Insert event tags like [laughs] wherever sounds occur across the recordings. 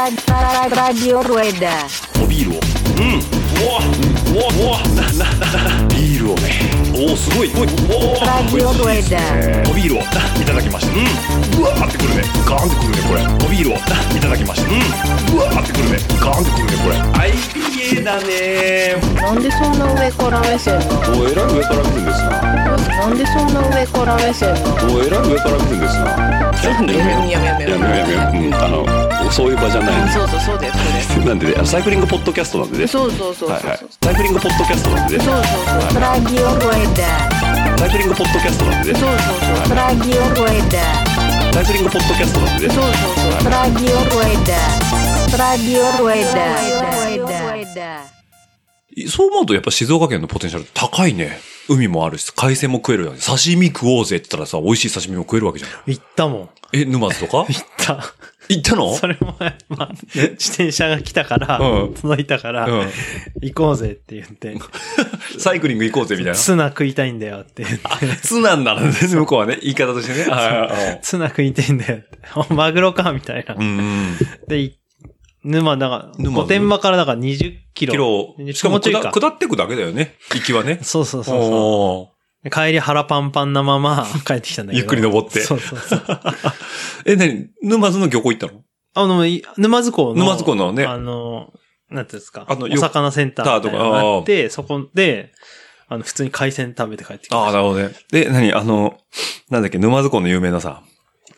Radio Rueda. おビールをうんうわうわうわななななビールをねおおすごいおいおお Radio おい Rueda. おビールをないただきましたうんうわーってくるねガーンってくるねこれおビールをないただきましたうんうわーってくるねガーンってくるねこれ IPA だねなんでそんな上から目線なのおえらい上から来るんですななんでそんな上から目線なのおえらい上から来るんですなちょっとねやめやめややめやめやめうんあのそういう場じゃないそうそうそうだよそなんでねあのサイクリングポッドキャストなんでねれそうそうそうそうはいそうはいサイクリングポッドキャストなんでねそうそうそう Radio Rueda. サイクリングポッドキャストなんでねそうそうそう Radio Rueda. サイクリングポッドキャストなんでねそうそうそう Radio Rueda. Radio Rueda. Radio Rueda. そう思うとやっぱ静岡県のポテンシャル高いね。海もあるし、海鮮も食えるよね。刺身食おうぜって言ったらさ、美味しい刺身も食えるわけじゃん。行ったもん。え、沼津とか行った。行ったの [laughs] それも、まあ、自転車が来たから、うん届いたから、うん行こうぜって言って、サイクリング行こうぜみたいな。ツナ食いたいんだよって言って、ツナになるんです、向こうはね。言い方としてね。はいはいはいツナ食いてえんだよって、おマグロかみたいな。うん。で、い沼、だから、沼御殿場からだから20キロ。キロ。しかももちょい下か。下ってくだけだよね。行きはね。そうそうそうそうおで。帰り腹パンパンなまま帰ってきたんだけど。ゆっくり登ってそうそうそう。ーえ、なに沼津の漁港行ったのあの、い沼津港の。沼津港のねあの、なんていうんですか。ああのの、よお魚センターみたいなのがあって、そこで、あの、普通に海鮮食べて帰ってきああ、た。なるほどね。で、なにあの、なんだっけ、沼津港の有名なさ、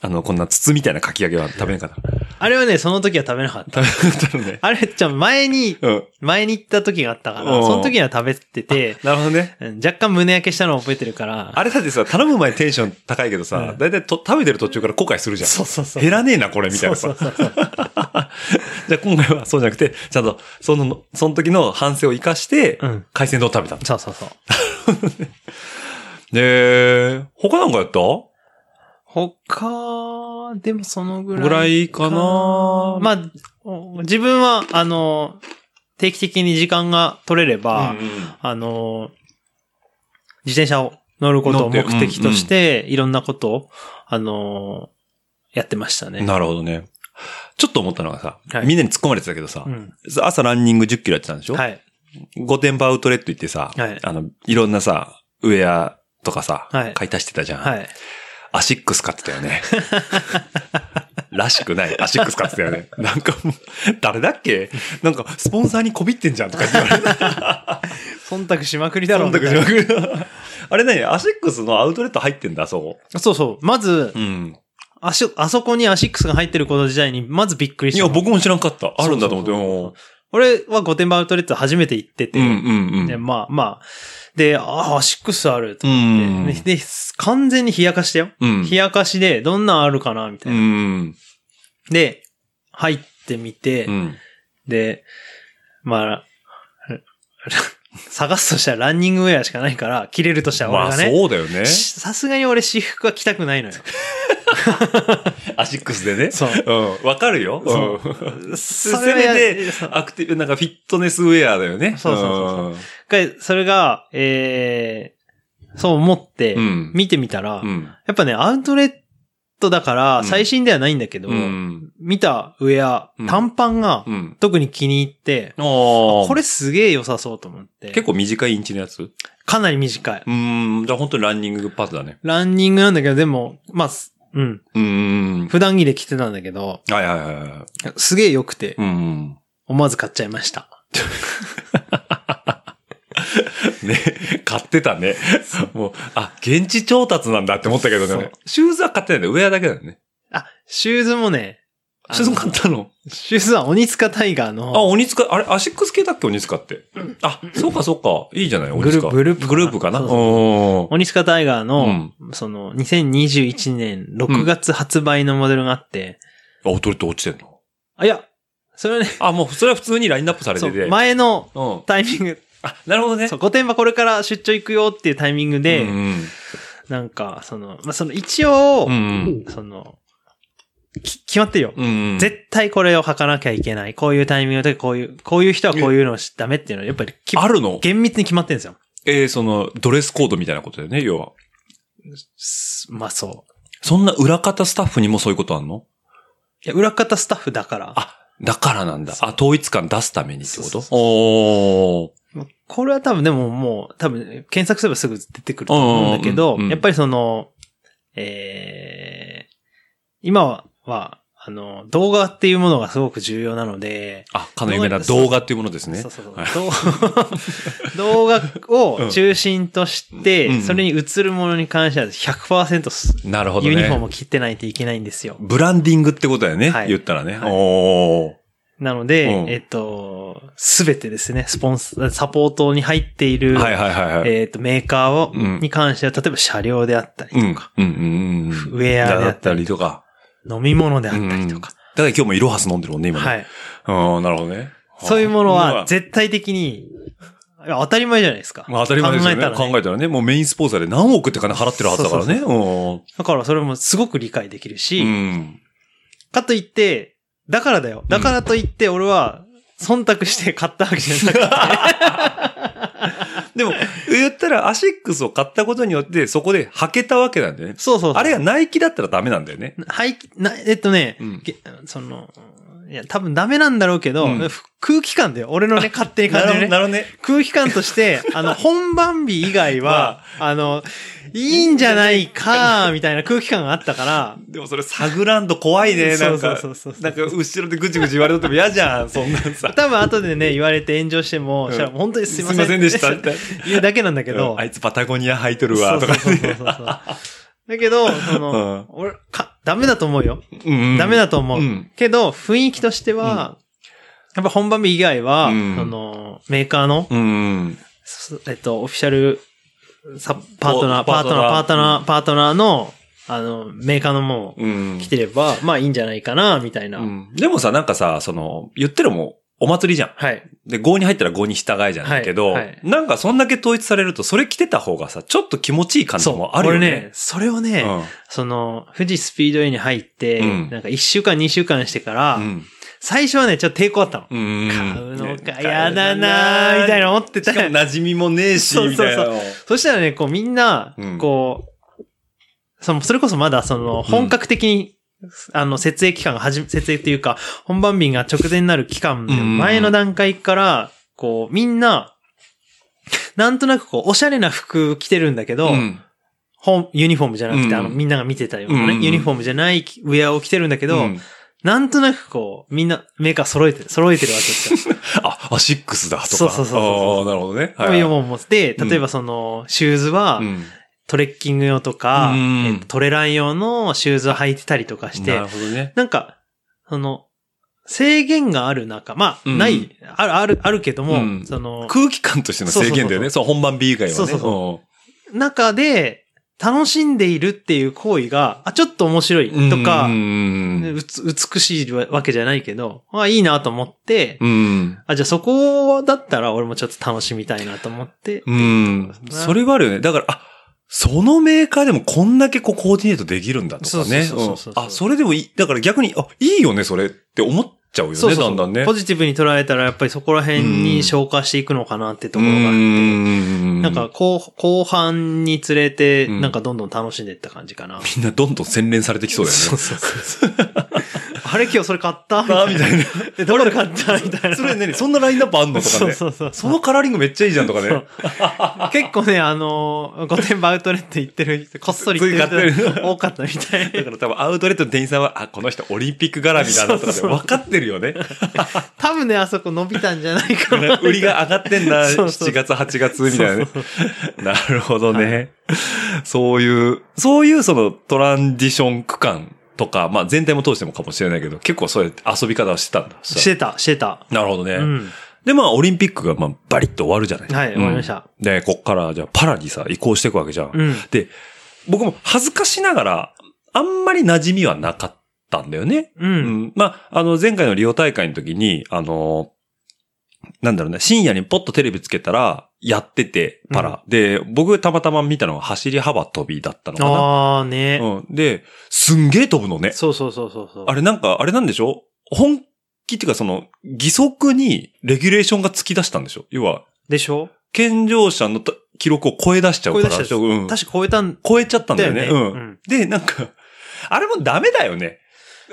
あの、こんな筒みたいなかき揚げは食べなかった。あれはね、その時は食べなかった。食べなかったのね。あれ、じゃあ前 [laughs] に、うん。前に行った時があったから、うんその時には食べてて、なるほどね。うん若干胸焼けしたのを覚えてるから、あれだってさ、頼む前テンション高いけどさう、んだいたいと食べてる途中から後悔するじゃん。そうそうそう減らねえな、これ、みたいなそさう。そうそうそう。 [laughs] じゃあ今回はそうじゃなくて、ちゃんと、その、その時の反省を生かしてうん、海鮮丼を食べたの。そうそうそう。で、他なんかやった他、でもそのぐらい。ぐらいかなまあ、お自分は、あの、定期的に時間が取れれば、あの、自転車を乗ることを目的として、いろんなことを、あの、やってましたね。なるほどね。ちょっと思ったのがさ、はいみんなに突っ込まれてたけどさ、うん。朝ランニング10キロやってたんでしょはい。御殿場アウトレット行ってさ、はいあの、いろんなさ、ウェアとかさ、はい買い足してたじゃん。はい。アシックス買ってたよね。 [laughs] らしくない。アシックス買ってたよね。 [laughs] なんかもう、誰だっけなんか、スポンサーにこびってんじゃんとか言わ [laughs] れて。忖度しまくりだろ忖度しまくるあれね、アシックスのアウトレット入ってんだ、そそうそう。まずう。、ん。あし、あそこにアシックスが入ってること自体に、まずびっくりいした。や、僕も知らんかった。あるんだと思って。そうそうそう俺は御殿場アウトレット初めて行ってて、うんうんうで、ん。まあまあ、で、ああ、シックスあるとう思って、ん。で、で完全に冷やかしたよ。うん。冷やかしで、どんなんあるかなみたういな。ん。で、入ってみて、うん。で、まあ、 [laughs] 探すとしたらランニングウェアしかないから、着れるとしたらま俺あ、がね。そうだよ [laughs] ね。しさすがに俺私服は着た [laughs] くないのよ。アシックスでね。そううん。わかるよ。そううん。せそれはめてそう、アクティブ、なんかフィットネスウェアだよね。そうそうそうそそう一回、それが、えー、そう思ってう、ん。見てみたら、うやん。っぱね、アウトレットだかうら、ん最新ではないんだけど、うん。見たウェアうん、短パンがうん。特に気に入って、ああ。これすげえ良さそうと思って。結構短いインチのやつうかなり短い。ーん。じゃあ本当にランニングパスだね。ランニングなんだけど、でも、まあ、すうん。うーん。普段着で着てたんだけど、はいはいはいはい。すげえ良くて、うん。思わず買っちゃいました。ね、 [laughs] 買ってたね。もう、あ、現地調達なんだって思ったけどそねう。シューズは買ってないんだよ。ウェアだけだよね。あ、シューズもね、あのシューズも買ったのシューズは鬼塚タイガーあ、の、鬼塚、あれ、アシックス系だっけ鬼塚って。あ、そうかそうか。いいじゃない鬼グルー塚。プグループグループかな。そうそうおー鬼塚タイガーの、その、2021年6月発売のモデルがあって、あ、おとりと落ちてんのあ、いや、それはね、あ、もう、それは普通にラインナップされそてうて。前のうん。タイミン [laughs] グ、あ、なるほどね。そう、御殿場これから出張行くよっていうタイミングで、うんなんか、その、まあ、その一応、うん。その、き決まってるよ。うん。絶対これを履かなきゃいけない。こういうタイミングの時、こういう、こういう人はこういうのをしダメっていうのは、やっぱりきあるの厳密に決まってるんですよ。えー、その、ドレスコードみたいなことだよね、要は。すまあそそんな裏方スタッフにもそういうことあんのや、裏方スタッフだから。あ、だからなんだ。あ、統一感出すためにってことそうそうおー。これは多分でももう、多分検索すればすぐ出てくると思うんだけうんど、うんうんやっぱりその、えー、今は、はあの、動画っていうものがすごく重要なので、あ、かの有名な動画っていうものですね。そうそうそう [laughs] 動動画を中心として、うんうんそれに映るものに関しては100%すなるほどね。ユニフォームを切ってないといけないんですよ。ブランディングってことだよね。はい言ったらね。はいおー。なので、うんえっと、すべてですね、スポンササポートに入っている、はいはいはいはい。えっ、と、メーカーを、うんに関しては、例えば車両であったりとうんか、。うんうんうん。ウェアであっだったたりりとか。飲み物であったりとか、だから今日もイロハス飲んでるもんね、今ね。はい。うん、なるほどね。そういうものうはわ絶対的に、いや当たり前じゃないですか。まあ当たり前ですよね。考え考たらえたね。ら、ね。もうメインスポンサーで何億って金払ってるはずだからね。そううんだからそれもすごく理解できるし、うん。かといって、だからだよ。だからといって、俺は、忖度して買ったわけじゃなく [laughs] て、でも、言ったらアシックスを買ったことによって、そこで履けたわけなんだよね。そうそうそうあれがナイキだったらダメなんだよね。はい、な、えっとね、うんげその、いや、多分ダメなんだろうけど、うんふ空気感だよ。俺のね、勝手に感じるね。なるほどね。空気感として、あの、本番日以外は、あの、いいんじゃないか、みたいな空気感があったから、でもそれ探らんと怖いね、なんか。そうそうそうそうなんか後ろでぐちぐち言われとっても嫌じゃん、そんなんさ。多分後でね、言われて炎上しても、したら本当にすいませ [laughs] ん。すいませんでしたって言うだけなんだけど。あいつパタゴニア履いとるわ、とかそうそうそうそうそう。だけど、その、俺、か、ダメだと思うよ。ダメだと思う。うんけど、雰囲気としては、やっぱ本番日以外は、うんその、メーカーの、うん。すえっと、オフィシャルサパートナー、パパーートトナー、ナーパートナー、パートナーの、あの、メーカーのものをうん着てれば、まあいいんじゃないかな、みたいな。うんでもさ、なんかさ、その、言ってるもお祭りじゃん。はい。で、5に入ったら5に従いじゃないけど、はいはいなんかそんだけ統一されると、それ着てた方がさ、ちょっと気持ちいい感じそう、もあるよ俺ねね、。それをね、その、富士スピードウェイに入って、うんなんか1週間2週間してから、うん。うん。最初はね、ちょっと抵抗あったの。うん。買うのか、やだなーみたいな思ってたし。かも馴染みもねえし、そうみそうたいそうな。そしたらね、こうみんなうん、こう、その、それこそまだその、本格的に、あの、設営期間が始め、設営っていうか、本番便が直前になる期間のうん前の段階から、こう、みんな、なんとなくこう、おしゃれな服着てるんだけうど、ん本ユニフォームじゃなくて、うんあの、みんなが見てたようなね、うんうんユニフォームじゃないウェアを着てるんだけど、うんなんとなくこう、みんなメーカー揃えてる、揃えてるわけですよ。 [laughs] あ、アシックスだ、とか。そうそうそうそうあーなるほどね。こういうもんも。で、うん例えばその、シューズは、うんトレッキング用とか、うんえっとトレラン用のシューズを履いてたりとかして、ななるほどね。んか、その、制限がある中、まあ、うんない、ある、ある、あるけども、うんそ [laughs] の、空気感としての制限だよね。そう、本番 B 以外はね。そうそうそ中で楽しんでいるっていう行為が、あ、ちょっと面白いうんとか、うん。うつ美しいわけじゃないけど、あ、いいなと思って、うん。あ、じゃあそこだったら俺もちょっと楽しみたいなと思って、うん。それはあるよね。だから、あ、そのメーカーでもこんだけこうコーディネートできるんだとかね。そうそうそうそうそううんあ、それでもいい。だから逆に、あ、いいよね、それって思っちゃうよね、そうそうだんだんね。ポジティブに捉えたらやっぱりそこら辺に消化していくのかなってところがあって、うんなんか、後、後半につれて、うんなんかどんどん楽しんでいった感じかな。 [laughs] みんなどんどん洗練されてきそうだよね。そうそうそう。あれ今日それ買ったみたあいな。みたいな。でどれで買ったみたいな。それね、そんなラインナップあんのとかそうね。そうそう。そのカラーリングめっちゃいいじゃんとかね。結構ね、あのー、御殿場アウトレット行ってる人、こっそり行ってるつい買っ人てる多かったみた [laughs] いだ。から多分アウトレットの店員さんは、あ、この人オリンピック絡みだなとかで分かってるよね。多分ね、あそこ伸びたんじゃないかな。 [laughs] 売りが上がってんだ、 [laughs] そうそう7月、8月みたいなね。 [laughs] なるほどね。そういう、そういうそのトランディション区間とか、まあ全体も通してもかもしれないけど、結構そうやって遊び方をしてたんだ。してた、してた。なるほどね。うん。で、まあオリンピックがまあバリッと終わるじゃないはい、終わりましうんた。で、こっからじゃあパラにさ、移行していくわけじゃん。うん。で、僕も恥ずかしながら、あんまり馴染みはなかったんだよね。う。うんん。まあ、あの、前回のリオ大会の時に、あの、なんだろうね、深夜にポッとテレビつけたら、やってて、パラ。で、僕たまたま見たのが走り幅跳びだったのかあーね、な。うん。で、すんげえ飛ぶのね。そうそうそうそうそう。あれなんか、あれなんでしょ本気っていうかその、義足にレギュレーションが突き出したんでしょ要は、でしょ健常者のた記録を超え出しちゃうから。超え出しちゃううん確か超えたん超えちゃったんだよね。だよねううんん。で、なんか、あれもダメだよね。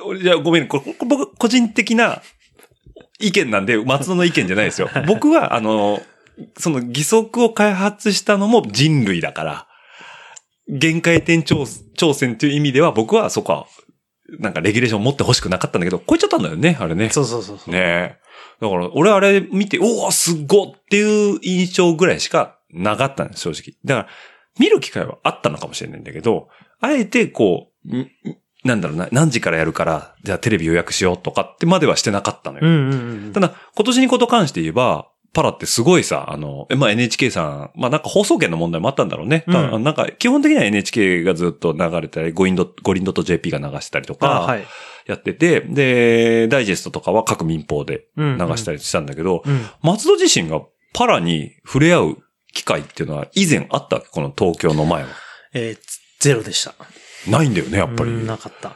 俺じゃあごめん、これこ僕、個人的な意見なんで、松野の意見じゃない [laughs] ですよ。僕は、あの、その義足を開発したのも人類だから、限界点挑挑戦という意味では、僕はそこは、なんかレギュレーション持ってほしくなかったんだけど、超えちゃったんだよね、あれね。そうそうそうそう。ねえ。だから、俺あれ見て、おお、すっごっていう印象ぐらいしかなかったんです、正直。だから、見る機会はあったのかもしれないんだけど、あえてこう、んんなんだろうな、何時からやるから、じゃあテレビ予約しようとかってまではしてなかったのよ。うんうんうん。ただ、今年にこと関して言えば、パラってすごいさ、あの、えまあ、NHK さん、まあ、なんか放送権の問題もあったんだろうね。うんただなんか、基本的には NHK がずっと流れたり、ゴインド、ゴリンドと JP が流してたりとあ、か、はい。やってて、で、ダイジェストとかは各民放で流流したり。りしたんだけど、うん。松戸自身がパラに触れ合う機会っていうのは以前あったわけこの東京の前は。えーゼロでした。ないんだよね、やっぱり。うんなかった。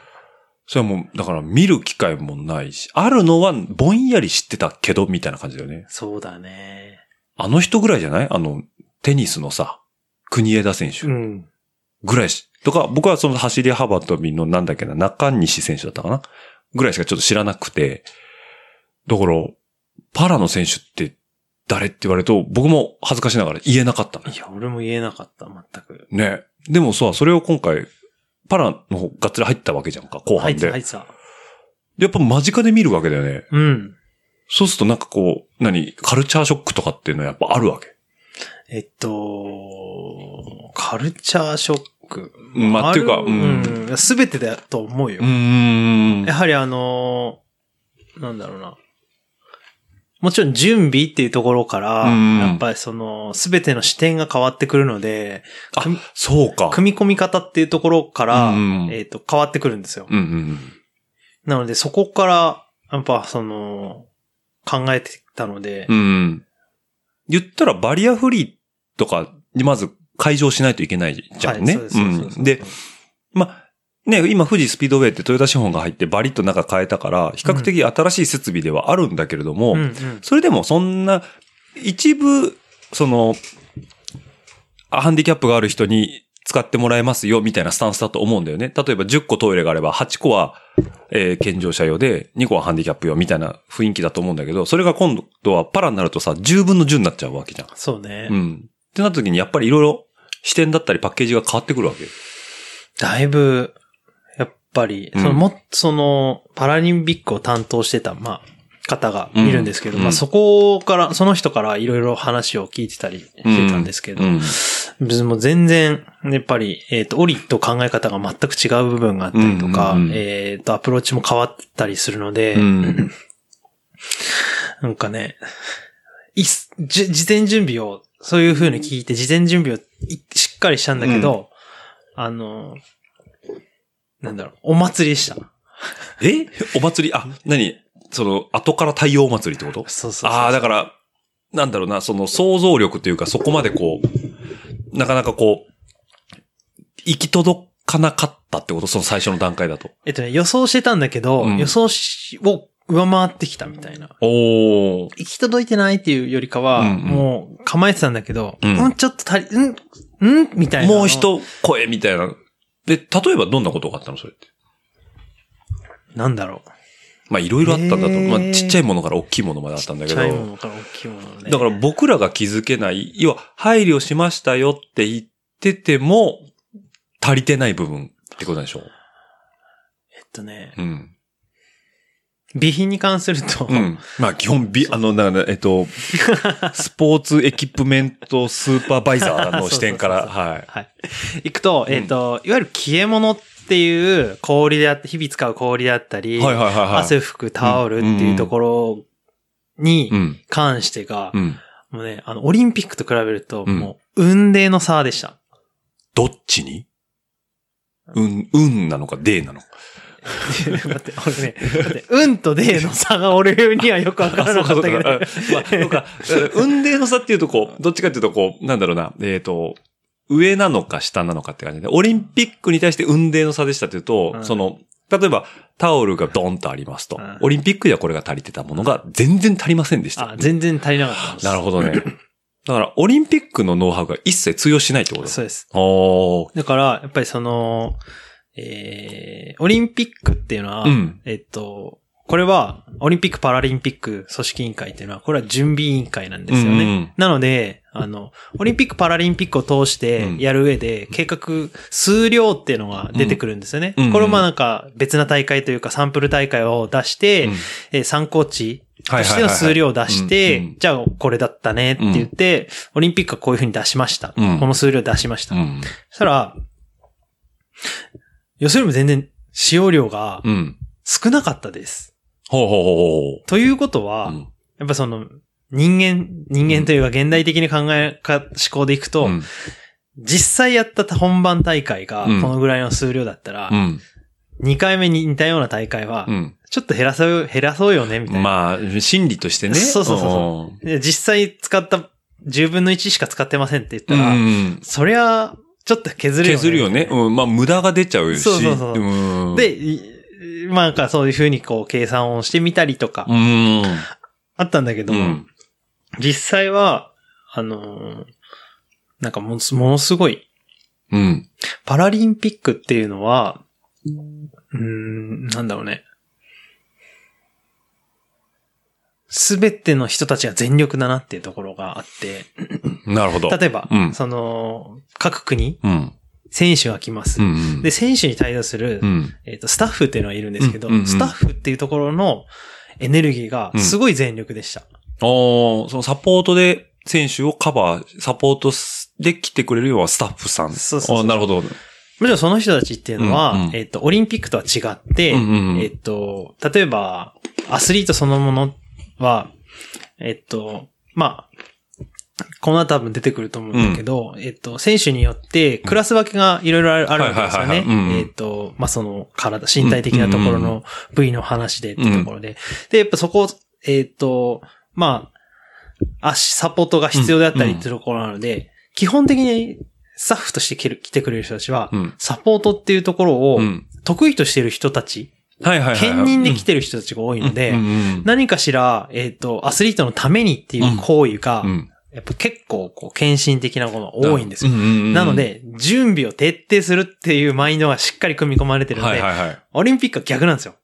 それはもう、だから見る機会もないし、あるのはぼんやり知ってたけど、みたいな感じだよね。そうだね。あの人ぐらいじゃないあの、テニスのさ、国枝選手ん。ぐらいし、とか、僕はその走り幅跳びのなんだっけな、中西選手だったかなぐらいしかちょっと知らなくて、だから、パラの選手って誰って言われると、僕も恥ずかしながら言えなかったのよいや、俺も言えなかった、全く。ね。でもさ、それを今回、パラの方がっつり入ったわけじゃんか、後入半っで。てた、入ってた。やっぱ間近で見るわけだよね。うん。そうするとなんかこう、何、カルチャーショックとかっていうのはやっぱあるわけ。えっと、カルチャーショック。まあ、っていうか、るうん。うん。すべてだと思うよう。ん。やはりあのーなんだろうな。もちろん準備っていうところから、うんやっぱりその、すべての視点が変わってくるので、あ組み、そうか。組み込み方っていうところから、うんえっ、と、変わってくるんですよ。うんうんなので、そこから、やっぱその、考えてたので、うん。うん。言ったらバリアフリーとかにまず会場しないといけないじゃんね。はい、そうですそうですうんで、まあ、ね、今富士スピードウェイってトヨタ資本が入ってバリッと中変えたから、比較的新しい設備ではあるんだけれども、うんうんそれでもそんな、一部、その、あハンディキャップがある人に使ってもらえますよ、みたいなスタンスだと思うんだよね。例えば10個トイレがあれば、8個は、えー健常者用で、2個はハンディキャップ用、みたいな雰囲気だと思うんだけど、それが今度はパラになるとさ、10分の10になっちゃうわけじゃん。そうね、うん。ってなった時に、やっぱりいろいろ視点だったりパッケージが変わってくるわけ。だいぶ、やっぱり、うんそのも、その、パラリンピックを担当してた、まあ、方がいるんですけど、うんまあそこから、その人からいろいろ話を聞いてたりしてたんですけど、うん別にもう全然、やっぱり、えっ、と、オリと考え方が全く違う部分があったりとうか、んうんうんえっ、と、アプローチも変わったりするので、うん [laughs] なんかね、いっすじ事前準備を、そういう風に聞いて、事前準備をいしっかりしたんだけど、あの、なんだろう、お祭りでした。えお祭り、あ、何その、後から太陽祭りってことそうそうそうああ、だから、なんだろうな、その想像力というか、そこまでこう、なかなかこう、行き届かなかったってことその最初の段階だと。えっとね、予想してたんだけど、うん予想しを上回ってきたみたいな。おお。行き届いてないっていうよりかは、うんうんもう構えてたんだけど、うんうん、ちょっと足り、うん、うんみたいな。もう。一声みたいな。で、例えばどんなことがあったのそれって。なんだろう。まあ、いろいろあったんだと。えーまあ、ちっちゃいものから大きいものまであったんだけちっど。ちゃいものから大きいものね。だから僕らが気づけない、要は配慮しましたよって言ってても、足りてない部分ってことなんでしょうえっとね、うん。備品に関すると、うん。まあ基本、び、あの、なんかねえっ [laughs] と、スポーツエキプメントスーパーバイザーの視点かそら、うはい。はい。行くと、んえっ、と、いわゆる消え物っていう氷であって、日々使う氷であったり、はいはいはいはい。汗拭くタオルっていうところにうん。関してが、うん。もうね、あの、オリンピックと比べると、うんもう、運命の差でした。どっちにうん、うんなのか、でなのか。待って、俺ね、待って、運とデーの差が俺にはよくわからなかったけ [laughs] ど、あそうか [laughs] そうかあまあ、そうか。運命の差っていうとこう、どっちかっていうとこう、なんだろうな、えっ、と、上なのか下なのかって感じで、オリンピックに対して運命の差でしたっていうと、うんその、例えば、タオルがドンとありますと、うんオリンピックではこれが足りてたものが全然足りませんでした。あ、全然足りなかったんです。なるほどね。 [laughs] だから、オリンピックのノウハウが一切通用しないってことだ。そうです。おーだから、やっぱりその、えー、オリンピックっていうのは、うんえっと、これは、オリンピック・パラリンピック組織委員会っていうのは、これは準備委員会なんですよね。うんうんなので、あの、オリンピック・パラリンピックを通してやる上で、計画、数量っていうのが出てくるんですよね。うんうんこれもまあなんか別な大会というかサンプル大会を出して、うんえー参考値としての数量を出はいはいしはいはいうんうてん、じゃあこれだったねって言って、オリンピックはこういうふうに出しました。うんこの数量出しました。うん。そしたら、よそよりも全然使用量がうん。少なかったです。ほうほうほうということは、ほう。うんやっぱその、人間、人間というか現代的に考えか、思考でいくと、うん。実際やった本番大会がこうんのぐらいの数量だったら、うん。 2回目に似たような大会はう、ん。ちょっと減らそう、減らそうよね、みたいな。まあ、心理としてね。そうそうそうそで実際使った10分の1しか使ってませんって言ったら、うん。そりゃ、ちょっと削るよね。削るよね。うん。まあ、無駄が出ちゃうし。そうそうそううん、で、いまあなんかそういう風にこう計算をしてみたりとかう、ん。あったんだけど、うん。実際は、あのーなんかものすものすごい、うん。パラリンピックっていうのは、うーん、なんだろうね。すべての人たちが全力だなっていうところがあって、なるほど。例えば、うんその、各国、うん。選手が来ます。うん。で、、選手に対応する、うん。えっ、と、スタッフっていうのがいるんですけど、うんうんうんスタッフっていうところのエネルギーがすごい全力でした。おーそのサポートで選手をカバー、サポートすで来てくれるようなスタッフさん。そうそうそうあーなるほど。もちろんその人たちっていうのは、うんうんえっ、と、オリンピックとは違って、うんうんうんえっ、と、例えば、アスリートそのものは、えっ、と、まあ、この後多分出てくると思うんだけど、えっ、と、選手によって、クラス分けがいろいろあるあるわけですよはいねはいはいはいうん。えっ、と、まあ、その、体、身体的なとうころんうんうんの部位の話でっていうところで。で、やっぱそこ、えっ、と、まあ、足、サポートが必要であったりっていうところなので、基本的にスタッフとして来る来てくれる人たちは、うん。サポートっていうところをうん。得意としてる人たち、はいはいはいはい。兼任で来てる人たちが多いので、うんうん何かしら、えっ、と、アスリートのためにっていう行為が、うん、やっぱ結構、こう、献身的なものが多いんですよ。うううなの、で、準備を徹底するっていうマインドがしっかり組み込まれてるので、はいはいはい。オリンピックは逆なんですよ。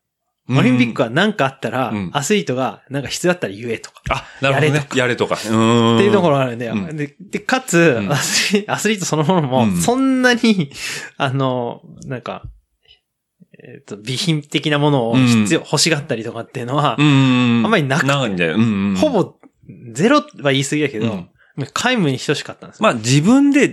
オリンピックは、は何かあったら、うんアスリートが何か必要だったら言えとか、あ、なるほどね。やれとか。うーん。っていうところがあるんで、うんで、でかつ、うんアスリアスリートそのうものもん、そんなに、あの、なんか、えっ、と、備品的なものを必要、欲しがったりとかっていうのは、うん。あんまりなくてないんだよ。うんうん。ほ、ぼゼロは言い過ぎだけど、うん皆無に等しかったんですよ。まあ自分で、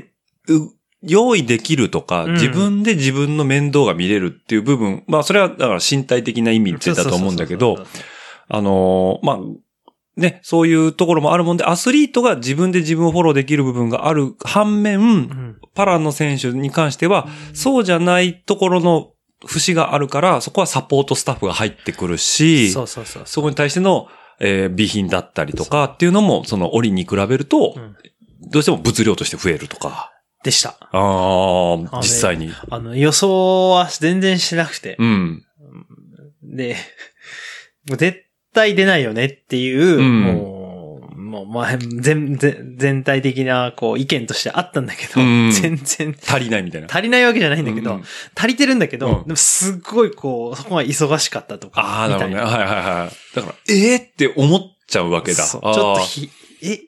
う用意できるとか、うん自分で自分の面倒が見れるっていう部分、まあそれはだから身体的な意味ってだと思うんだけどそう、そうそうあのーまあ、ね、そういうところもあるもんで、アスリートが自分で自分をフォローできる部分がある反面、そう、うんパラの選手に関しては、そうじゃないところの節があるから、そこはサポートスタッフが入ってくるし、そそうそうそう。こに対しての、えー備品だったりとかっていうのも、その折に比べると、うんどうしても物量として増えるとか、でした。あああ、れ実際に。あの、予想は全然しなくて、うん。で、もう絶対出ないよねっていう、うんもう、もう前、全、全全体的な、こう、意見としてあったんだけど、うん全然、足りないみたいな。足りないわけじゃないんだけうど、ん足りてるんだけど、うんでもすっごいこう、そこが忙しかったとか、ああ、なるほどみね。たいはいはいはい。だから、ええって思っちゃうわけだ。そうちあょーっとひ、え、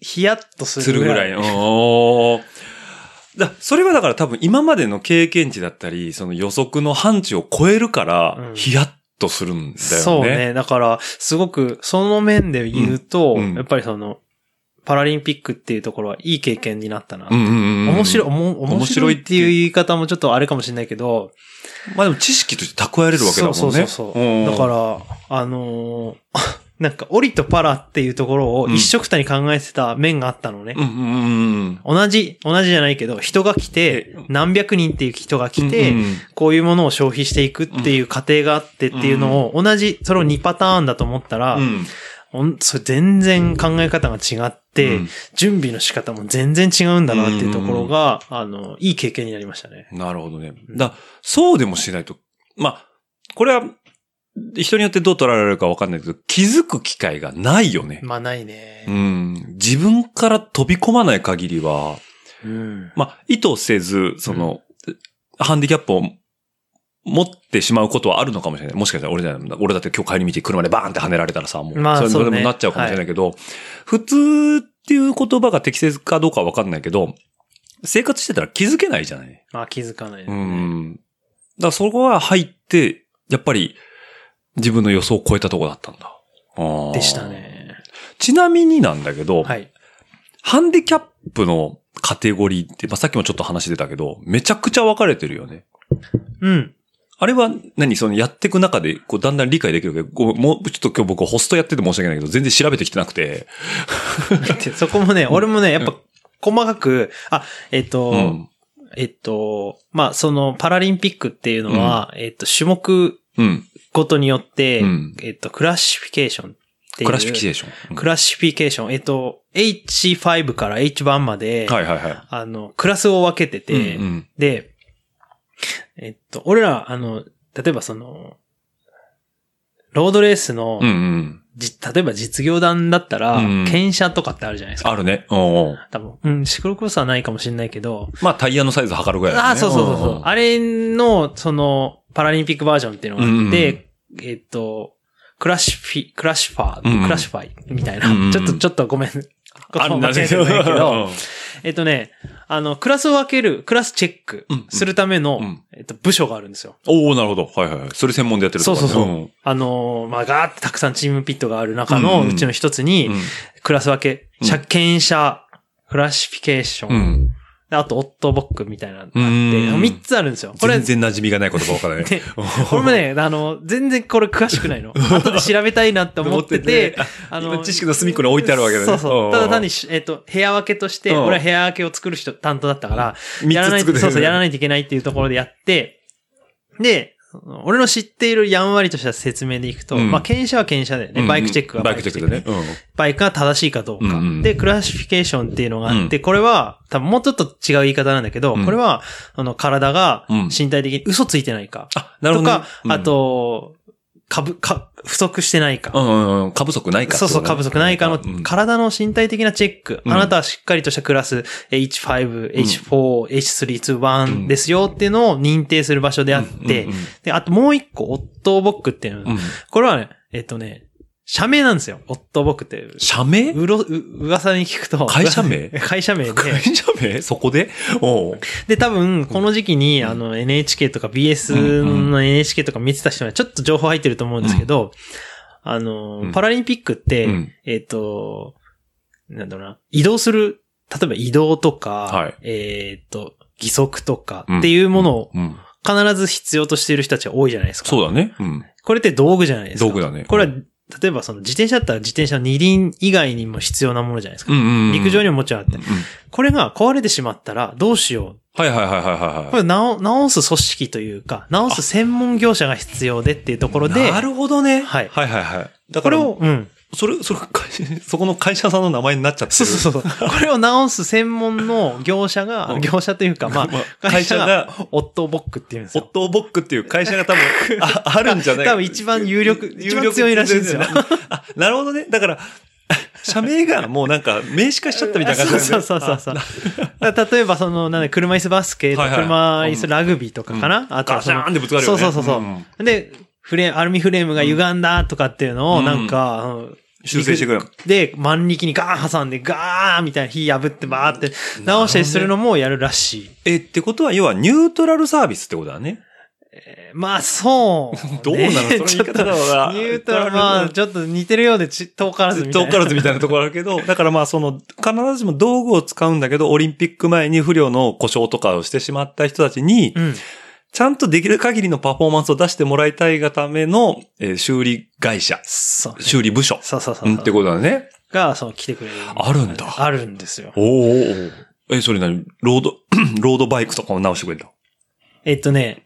ヒヤッとすするるぐぐららい。い。 [laughs] おーだそれはだから多分今までの経験値だったり、その予測の範疇を超えるからう、んヒヤッとするんだよね。そう。ね。だから、すごく、その面で言うと、うんうんやっぱりその、パラリンピックっていうところはいい経験になったな。うんうんうん。面白い、おも面白いっていう言い方もちょっとあれかもしれないけど、まあでも知識として蓄えれるわけだもんね。そうそうそうそう、んだから、あのー [laughs] なんか、オリとパラっていうところを一色たに考えてた面があったのね。うんうんうん同じ、同じじゃないけど、人が来て、何百人っていう人がうん。来て、うんうんこういうものを消費していくっていう過程があってっていうのを、同じ、それを2パターンだと思ったら、うんほんそれ全然考え方が違って、うん準備の仕方も全然違うんだなっていうところが、あの、いい経験になりましたね。なるほどね。だ、そうでもしないと、まあ、これは、人によってどう捉えられるかわかんないけど、気づく機会がないよね。まあ、ないねう。ん。自分から飛び込まない限りは、うん。まあ、意図せず、その、ハンディキャップを持ってしまうことはあるのかもしれない。もしかしたら俺だ俺だって今日帰り道車でバーンって跳ねられたらさ、もう、まあそれそうでねもなっちゃうかもしれないけど、普通っていう言葉が適切かどうかはわかんないけど、生活してたら気づけないじゃない。まあ気づかない。うん。だからそこは入って、やっぱり自分の予想を超えたとこだったんだ。あーでした。ね。ちなみになんだけど、はい。ハンディキャップのカテゴリーって、まあ、さっきもちょっと話出たけど、めちゃくちゃ分かれてるよね。うん。あれは何そのやっていく中で、こう、だんだん理解できるけど、こうもう、ちょっと今日僕ホストやってて申し訳ないけど、全然調べてきてなくて。でそこもね、俺もね、やっぱ、細かく、あ、えっと、うん。えっと、まあ、その、パラリンピックっていうのは、えっと、種目うん。ごとによって、うんえっと、クラシフィケーションっていう。クラシフィケーション。クラシフィケーション。えっと、H5 から H1 まで、はいはいはい。あの、クラスを分けてて、うんうんで、えっと、俺ら、あの、例えばその、ロードレースの、うんうん。じ例えば実業団だったら、うん検車とかってあるじゃないですか。あるね。おうおう多分。うん、シクロクロスはないかもしれないけど、まあ、タイヤのサイズ測るぐらいだね。ああ、そうそうそうそんう。あれの、その、パラリンピックバージョンっていうのがあって、うんえっと、クラッシュフィ、クラッシュファー、うんうんクラッシュファイみたいな。うんうんちょっと、ちょっとごめん。あるんだ言ね。葉間違えてないけど、うえっとね、あの、クラスを分ける、クラスチェックうんうんするための、うんえっと、部署があるんですよ。んおおなるほど。はいはいはい。それ専門でやってるそうそうそう。んあのーまあ、ガーってたくさんチームピットがある中うんうのんうちの一つに、うんクラス分うけ、ん車検車、クラシフィケーション、うん。であとオットボックみたいなのがあって、うん3つあるんですよ。これ全、然馴染みがない言葉わからない。でこれもね、あの、全然これ詳しくない [laughs] の。後で調べたいなって思ってて、あ今知識の隅っこに置いてあるわけだねそうそうう。んただ単にし、えっと、部屋分けとして、うん俺は部屋分けを作る人担当だったから、三つやらない作と、ってるそうそう、やらないといけないっていうところでやって、で、俺の知っているやんわりとした説明でいくと、うんまあ、検査は検査だよね。バイクチェックはバイクチェックでね。。うんバイクが正しいかどうか。うんうんで、クラシフィケーションっていうのがあって、これは、多分もうちょっと違う言い方なんだけど、うんこれは、あの、体がうん身体的に嘘ついてないか。あ、なるほどね。とか、あと、かぶ、か、不足してないか。うん、うんうんうん、過不足ないか。そうそう、過不足ないかの、体の身体的なチェック。うんあなたはしっかりとしたクラス、H5、H4、H3、2、うん1ですよっていうのを認定する場所であって、で、あともう一個、オットーボックっていうのが、これはね、えっとね、社名なんですよ。オットーボックっていう。社名うろ、う、噂に聞くと。会社名 [laughs] 会社名で。会社名そこでおうで、多分、この時期に、あの、NHK とか BS うんの NHK とか見てた人にはちょっと情報入ってると思うんですけど、あの、うんパラリンピックって、うんえっ、と、なんだろうな、移動する、例えば移動とか、はいえっ、と、義足とかっていうものをうん。必ず必要としている人たちが多いじゃないですか。そうだね。うん。これって道具じゃないですか。道具だねこれは、例えばその自転車だったら自転車の二輪以外にも必要なものじゃないですか。うんうんうん。陸上にももちろんあってうん。。これが壊れてしまったらどうしようはいはいはいはいはいこはれ直、直す組織というか、直す専門業者が必要でっていうところい。で、なるほどね。はいはいはいはい。だかこれら、を、うん。それ、それ、会社 [laughs] そこの会社さんの名前になっちゃってる。そうそうそう。これを直す専門の業者うが、ん業者というか、ま [laughs] あまあ、会社会が、オットーボックっていうんですホよッ。トーボックっていう会社が多分、ああるんじゃない多分一番有力、一番強いらしいんですよ。あ、なるほどね。だから、 [laughs] 社名がもうなんか名詞化しちゃったみたいな感じ [laughs] そうそうそうそうそう。だから例えば、その、なんで、車椅子バスケとはいか、はい車椅子ラグビーとかかなあとガはシそのャーンってぶつかるよね。そうそうそうそう。で、フレーム、アルミフレームが歪んだとかっていうのを、なんか、あの修正してくれるで、万力にガーン挟んで、ガーンみたいな火破ってバーって直したりするのもやるらしい。え、ってことは、要はニュートラルサービスってことだね。えーまあ、そう、 [laughs] どうなのその言いちょっ方だわと、ニュートラル、まあ、ちょっと似てるようでち、遠からずみたい遠な。からずみたいなところあるけ [laughs] ど、だからまあその、必ずしも道具を使うんだけど、オリンピック前に不良の故障とかをしてしまった人たちに、うん。ちゃんとできる限りのパフォーマンスを出してもらいたいがための、えー修理会社、そう。修理部署。そうそうそうう。んってことだね。が、その、来てくれる。あるんだあるんですよ。おーおーおーえ、それ何ロード、 [clears throat] ロードバイクとかを直してくれたえっとね、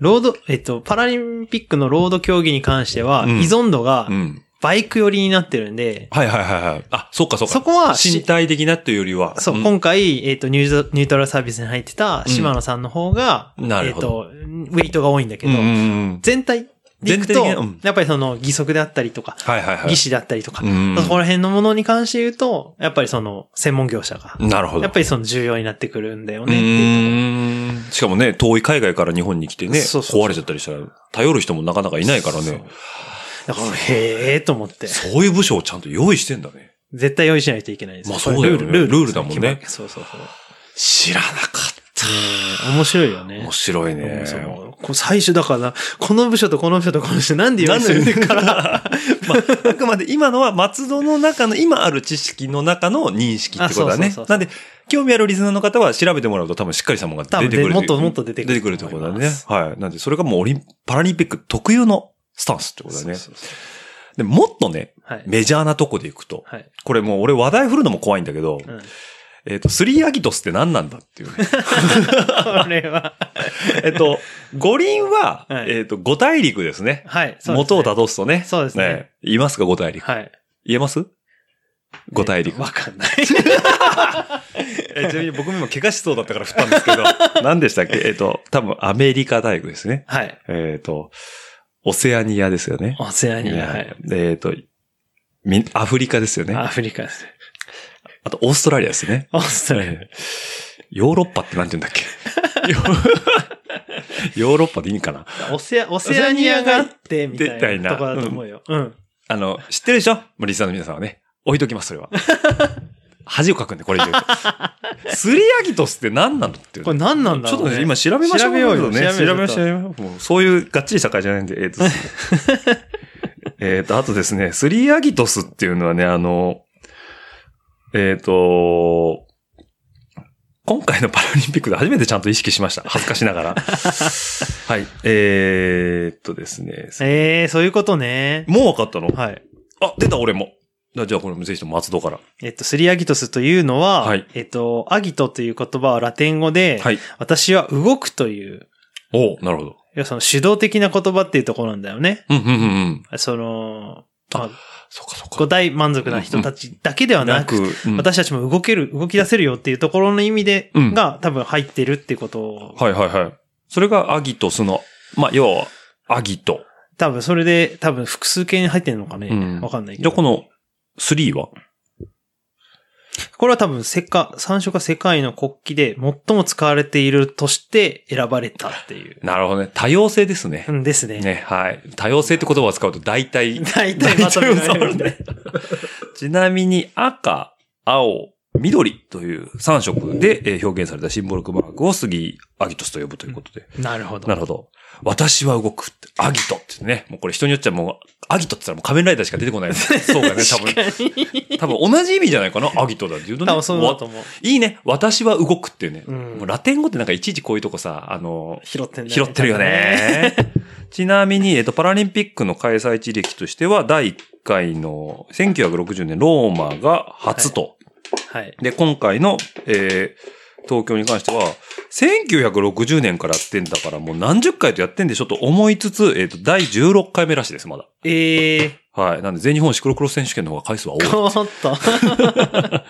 ロード、えっと、パラリンピックのロード競技に関しては、うん依存度がうん。バイク寄りになってるんで、はいはいはいはい。あ、そうかそうか。そこはし身体的なというよりは。そう、ん今回、えっ、とニュート、ニュートラルサービスに入ってた島野さんの方が、うんなえるっ、ほと、ウェイトが多いんだけうんど、うんうん。全体でいく全体と、的にうんやっぱりその義足であったりとか、はいはいはい義。肢であったりとか、うんそこら辺のものに関して言うと、やっぱりその専門業者が、なるほど。やっぱりその重要になってくるんだよねっていうところうーん。しかもね、遠い海外から日本に来てね、そうそうそう壊れちゃったりしたら、頼る人もなかなかいないからね。だから、へえと思って。そういう部署をちゃんと用意してんだね。絶対用意しないといけないです。まあそうだよねルール、ルールルールだもんね決まりそうそうそう。ね知らなかった。え面白いよね面。白いね。そうこう最初だから、この部署とこの部署とこの部署、なんで用意するんだから。まあ、あくまで今のは松戸の中の、今ある知識の中の認識ってことだあねそうそうそうそう。なんで、興味あるリズナーの方は調べてもらうと多分しっかりしたものが出てくる多分でもっともっと出てくる出てくるってことだと思いねます。はい。なんで、それがもうオリン、パラリンピック特有のスタンスってことだね。で、もっとね、はい。メジャーなとこでいくと、はい。これもう俺話題振るのも怖いんだけど、うん。えっ、と、スリーアギトスって何なんだっていうね。 [laughs] これは。えっと、五輪は、はいえっと、五大陸ですね。はい。そうです元ねをたどすとね。そうですね言いますか、五大陸。はい。言えます五大陸。わかんない。 [laughs] えちなみに僕も今怪我しそうだったから振ったんです [laughs] けど、何でしたっけえっ、と、多分アメリカ大陸ですね。はい。えっ、と、オセアニアですよね。オセアニア。ははいい。えっ、と、みアフリカですよね。アあフリカですね。と、オーストラリアですね。オーストラリえーヨーロッパってなんて言うんだっけ [laughs] ヨーヨーロッパでいいかなア。オセア、オセアニアがあって、みみたたいいななとこだと思うよ。うん。あの、知ってるでしょもうリスナーの皆さんはね。置いときます、そ [laughs] れは。恥をかくんで、これ以上言う [laughs] と。スリアギトスって何なのっていうねこれ何なんだちょろっうとね。ね、今調べましょう。調べようよね。調べ調べままししょょううよ。もうそういうがっちりした会社じゃないんで、えっ、と、 [laughs] えっと、あとですね、スリーアギトスっていうのはね、あの、えっ、と、今回のパラリンピックで初めてちゃんと意識しました。恥ずかし [laughs] ながら。はい。えーっとですね。ええー、そういうことね。もう分かったのはい。あ、出た俺も。だじゃあこれもぜひとも松戸から。えっと、スリアギトスというのは、はいえっと、アギトという言葉はラテン語で、はい。私は動くという、おうなるほど。要はその主導的な言葉っていうところなんだよね。うん、うん、うんうん。その、まあ、そっかそっか。五大満足な人たちだけではなく、うん私たちも動ける、動き出せるよっていうところの意味で、うんが多分入ってるってことを、はいはいはい。それがアギトスの、まあ、要は、アギト。多分それで、多分複数形に入ってるのかね。わ、うんかんないけじゃど。あこの、3はこれは多分世界、三色が世界の国旗で最も使われているとして選ばれたっていう。なるほどね。多様性ですねう。んですね。ね、はい。多様性って言葉を使うと大体、大体まとめられるんで。 [laughs] ちなみに赤、青、緑という3色でえー表現されたシンボルクマークを杉アギトスと呼ぶということで。なるほど。なるほど。私は動くって。アギトってね。もうこれ人によっちゃもう、アギトって言ったらもう仮面ライダーしか出てこない。そうかね、多分。多分同じ意味じゃないかな、アギトだって言うとね。多分そうだと思う。いいね。私は動くっていうね。うんもうラテン語ってなんかいちいちこういうとこさ、あの、拾ってんだ拾よねってるよ [laughs] ね。ちなみに、えっと、パラリンピックの開催地歴としては、第1回の1960年ローマが初と。はい。で、今回の、えー東京に関しては、1960年からやってんだから、もう何十回とやってんでしょと思いつつ、えっと、第16回目らしいです、まだ。ええはい。なんで、全日本シクロクロス選手権の方が回数は多い [laughs] ー、。変わっ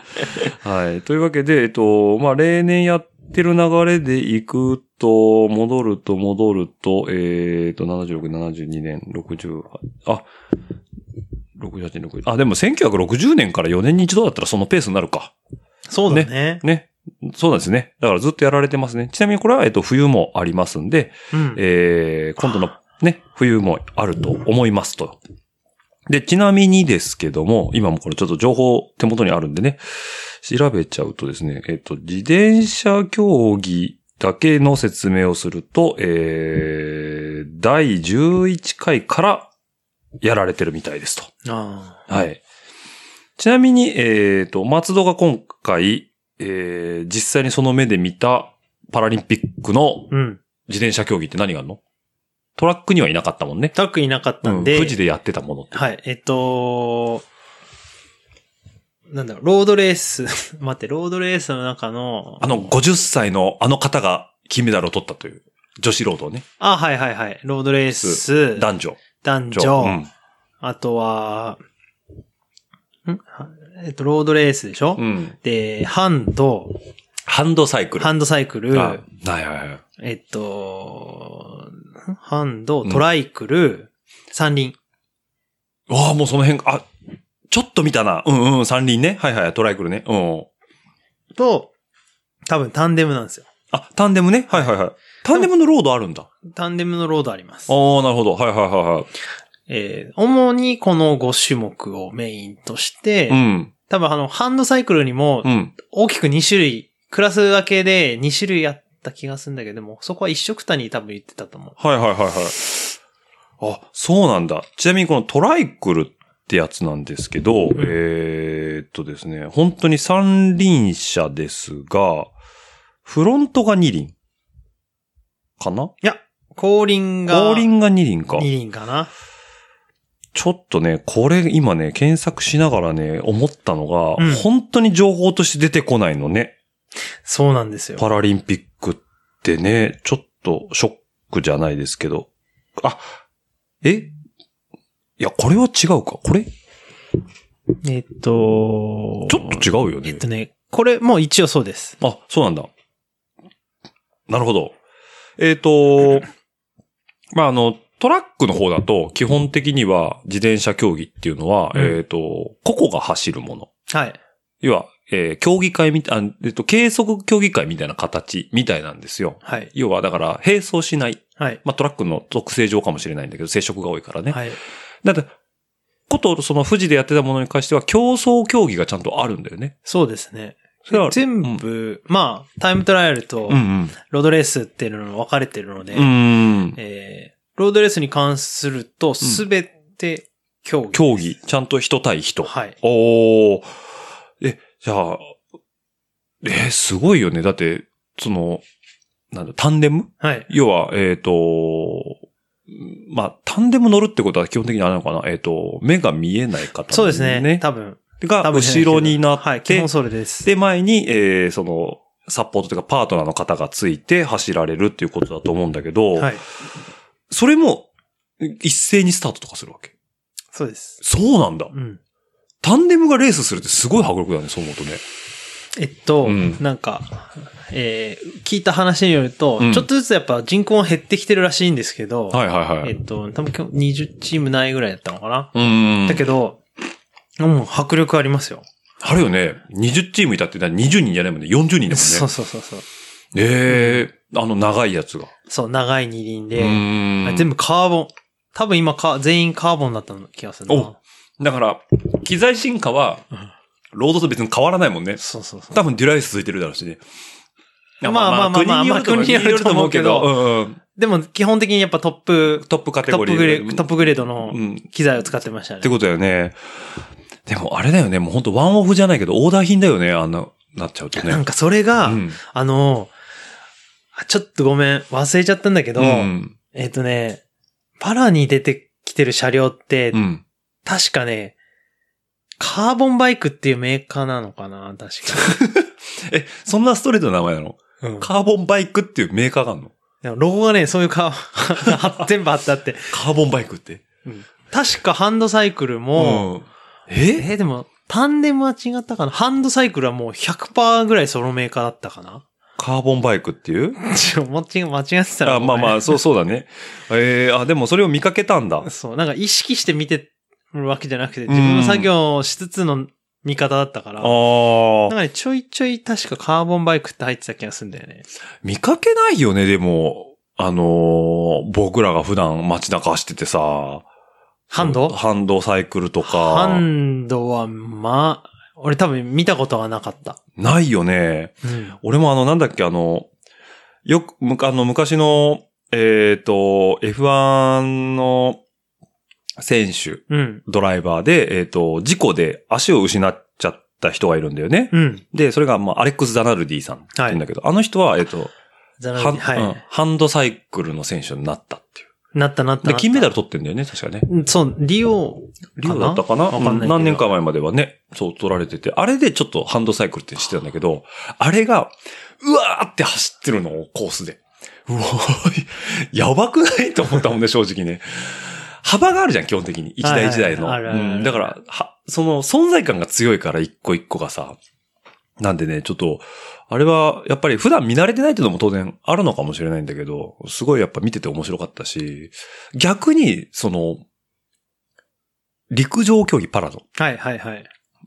た。はい。というわけで、えっと、まあ、例年やってる流れで行くと、戻ると戻ると、えっと、76、72年、68、あ、68年、60、あ、でも1960年から4年に一度だったらそのペースになるか。そうだね。ね。そうなんですね。だからずっとやられてますね。ちなみにこれは、えっと、冬もありますんで、うん。えー今度のね、冬もあると思いますと。で、ちなみにですけども、今もこれちょっと情報手元にあるんでね、調べちゃうとですね、えっと、自転車競技だけの説明をすると、えー、第11回からやられてるみたいですと。あはい。ちなみに、えっ、と、松戸が今回、えー、実際にその目で見たパラリンピックのーうん。自転車競技って何があるのトラックにはいなかったもんね。タックいなかったうんん、で、富士でやってたものって。はい、えっと、なんだろう、ロードレース、 [laughs] 待って、ロードレースの中の、あの、50歳のあの方が金メダルを取ったという、女子ロードね。あ、はいはいはい、ロードレース、男女。男女女、うんあとは、んはえっと、ロードレースでしょ、うん。で、ハンド、ハンドサイクル。ハンドサイクル、あはいはいはい。えっと、んハンド、トライクル、三輪。わあ、もうその辺、あ、ちょっと見たな。うんうん、三輪ね。はいはい、トライクルね。うん。と、多分タンデムなんですよ。あ、タンデムね。はいはいはい。タンデムのロードあるんだ。あタンデムのロードありまあ。すー、なるほど。はいはいはえー主にこの5種目をメインとして、いはい。うん。多分あの、ハンドサイクルにもうん。大きく2種類、クラス分けで2種類あった気がするんだけどでも、そこは一色たに多分言ってたと思う。はいはいはいはい。あ、そうなんだ。ちなみにこのトライクルってやつなんですけど、えー、っとですね、本当に三輪車ですが、フロントが二輪かな後輪が、後輪が二輪か。二輪かな。ちょっとね、これ今ね、検索しながらね、思ったのが、うん本当に情報として出てこないのね。そうなんですよ。パラリンピックってね、ちょっとショックじゃないですけど。あ、えいや、これは違うか。これちえっと、ょっと違うよねえっ。とね、これも一応そうです。あ、そうなんだ。なるほど。えっ、と、まあ、あの、トラックの方だと、基本的には自転車競技っていうのは、うんえっ、と、個々が走るもの。はい。要は、えー競技会みたい、あえっと、計測競技会みたいな形みたいなんですよ。はい。要は、だから、並走しない。はい。まあ、トラックの特性上かもしれないんだけど、接触が多いからね。はい。だって、こと、その富士でやってたものに関しては、競争競技がちゃんとあるんだよね。そうですね。それは全部、まあ、タイムトライアルとんロードレースっていうのに分かれてるので、うん。うん。えーロードレースに関すると、すべて競技、競技、ちゃんと人対人。はい。おー。え、じゃあ、えーすごいよね。だって、その、なんだ、タンデムはい。要は、えっ、と、まあ、タンデム乗るってことは基本的にあれなのかなえっ、と、目が見えない方、そうですね。多分。が、多分後ろになって、はい。基本それです。で、前に、えーその、サポートというかパートナーの方がついて走られるっていうことだと思うんだけど、はい。それも、一斉にスタートとかするわけ。そうです。そうなんだ。うん。タンデムがレースするってすごい迫力だね、そう思うとね。えっと、うんなんか、えー聞いた話によると、うんちょっとずつやっぱ人口は減ってきてるらしいんですけど、はいはいはえい。っと、多分今日20チームないぐらいだったのかな。うん。だけど、もう迫力ありますよ。あれよね、20チームいたってな20人じゃないもんね、40人だもんね。そうそうそうそう。ええあの長いやつが。そう、長い二輪で、うん全部カーボン。多分今か、全員カーボンだったの気がするおな。だから、機材進化は、ロードと別に変わらないもんね。そうそうそう。多分デュライス続いてるだろうしね。まあまあまあまあまあ国によると思うけど、国うんうんでも基本的にやっぱトップ、トップカテトゴッリプーグレで。ートップグレードのうん。っ機材を使ってましたね。てことだよね。でもあれだよね、もう本当ワンオフじゃないけど、オーダー品だよね、あんな、なっちゃうとね。なんかそれが、うんあの、あちょっとごめん、忘れちゃったんだけど、うん。えっ、とね、パラに出てきてる車両って、うん。確かね、カーボンバイクっていうメーカーなのかな確え、そんなストレートな名前なのか [laughs] に。うんカーボンバイクっていうメーカーがあるのでもロゴがね、そういうカー、 [laughs] 全部あったって。カーボンバイクって。確かハンドサイクルも、うん。ええーでも、タンデムは違ったかなハンドサイクルはもう100%ぐらいソロメーカーだったかな [laughs] カーボンバイクっていうちょ、間違間違ってたら。あまあまあ、そうそうだね。えー、あ、でもそれを見かけたんだ。 [laughs] そう、なんか意識して見てるわけじゃなくて、自分の作業をしつつの見方だったから、なんああ。かね、ちょいちょい確かカーボンバイクって入ってた気がするんだよね。見かけないよね、でも。あのー僕らが普段街中走っててさ。ハンドハンドサイクルとハか。ンドは、まあ、俺多分見たことはなかった。ないよね。うん。俺もあの、なんだっけ、あの、よく、むかあの、昔の、えっ、と、F1 の選手、うん。ドライバーで、えっ、と、事故で足を失っちゃった人がいるんだよね。うん。で、それが、まあ、アレックス・ダナルディさんって言うんだけど、あの人は、えっ、と、ザラハルンディはうんい。ハンドサイクルの選手になったっていう。なったなったなで、った。金メダル取ってんだよね、確かね。うんそう、リオ、リオだったかなわかんないうけんど何年か前まではね、そう取られてて、あれでちょっとハンドサイクルってしてたんだけど、あれが、うわーって走ってるのをコースで。うおーい、 [laughs] やばくないと思ったもんね、正直ね。幅があるじゃん、基本的に。一台一台の。はいはいはいあるあるあるうんだから、は、その存在感が強いから、一個一個がさ。なんでね、ちょっと、あれは、やっぱり普段見慣れてないっていうのも当然あるのかもしれないんだけど、すごいやっぱ見てて面白かったし、逆に、その、陸上競技パラの、いはいはいはい。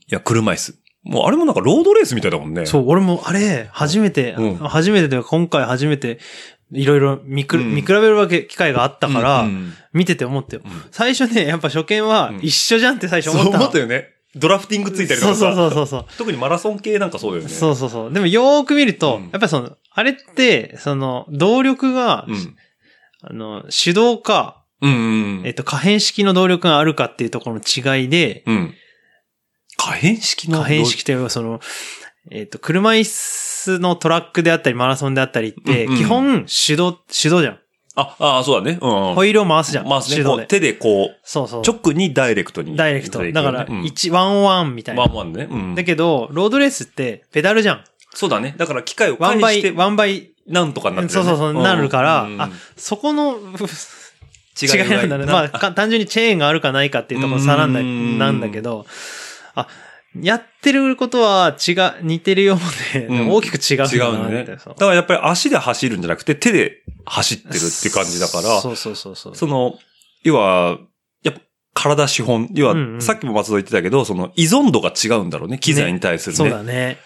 や、車椅子。もうあれもなんかロードレースみたいだもんね。そう、俺もあれ、初めて、うん初めてというか今回初めて、いろいろ見く、うん見比べるわけ、機会があったうん。から、うん見てて思ったよ。最初ね、やっぱ初見はうん一緒じゃんって最初そ思うったの。思ったよね。ドラフティングついたりとそうかさ。そうそうそうそう。特にマラソン系なんかそうだよね。そうそうそう。でもよーく見ると、うんやっぱその、あれって、その、動力が、ん。あの、手動か、うんうん。えっと、可変式の動力があるかっていうところの違いで、うん。可変式の可変式というか、その、えっと、車椅子のトラックであったり、マラソンであったりって、うんうん基本、手動、手動じゃん。あ、ああ、そうだね。うんうん。ホイールを回すじゃん。回す手ね。こ動うで。手でこう、そうそう。直にダイレクトに。ダイレクト。だから、うん1、ワンワンみたいワなン。ワンね。うんだ。けど、ロードレースって、ペダルじゃん。そうだね。だから機械をワ介ンバしてイ、、ワンバイ、なんとかなってるよねそうそうそうんなるからうんあそこの、 [laughs] 違違いなんだね。まあ、か単純にチェーンがあるかないかっていうところ差なんだ、うんなんだけど、あ、やってることは違う、似てるようで、うん大きく違うん違だうなのってね。だそうからやっぱり足で走るんじゃなくて手で走ってるっていう感じだから、そうそうそうそう。その、要は、やっぱ体資本、要うんうは、んさっきも松戸言ってたけど、その依存度が違うんだろうね、機材に対するそうね。だね。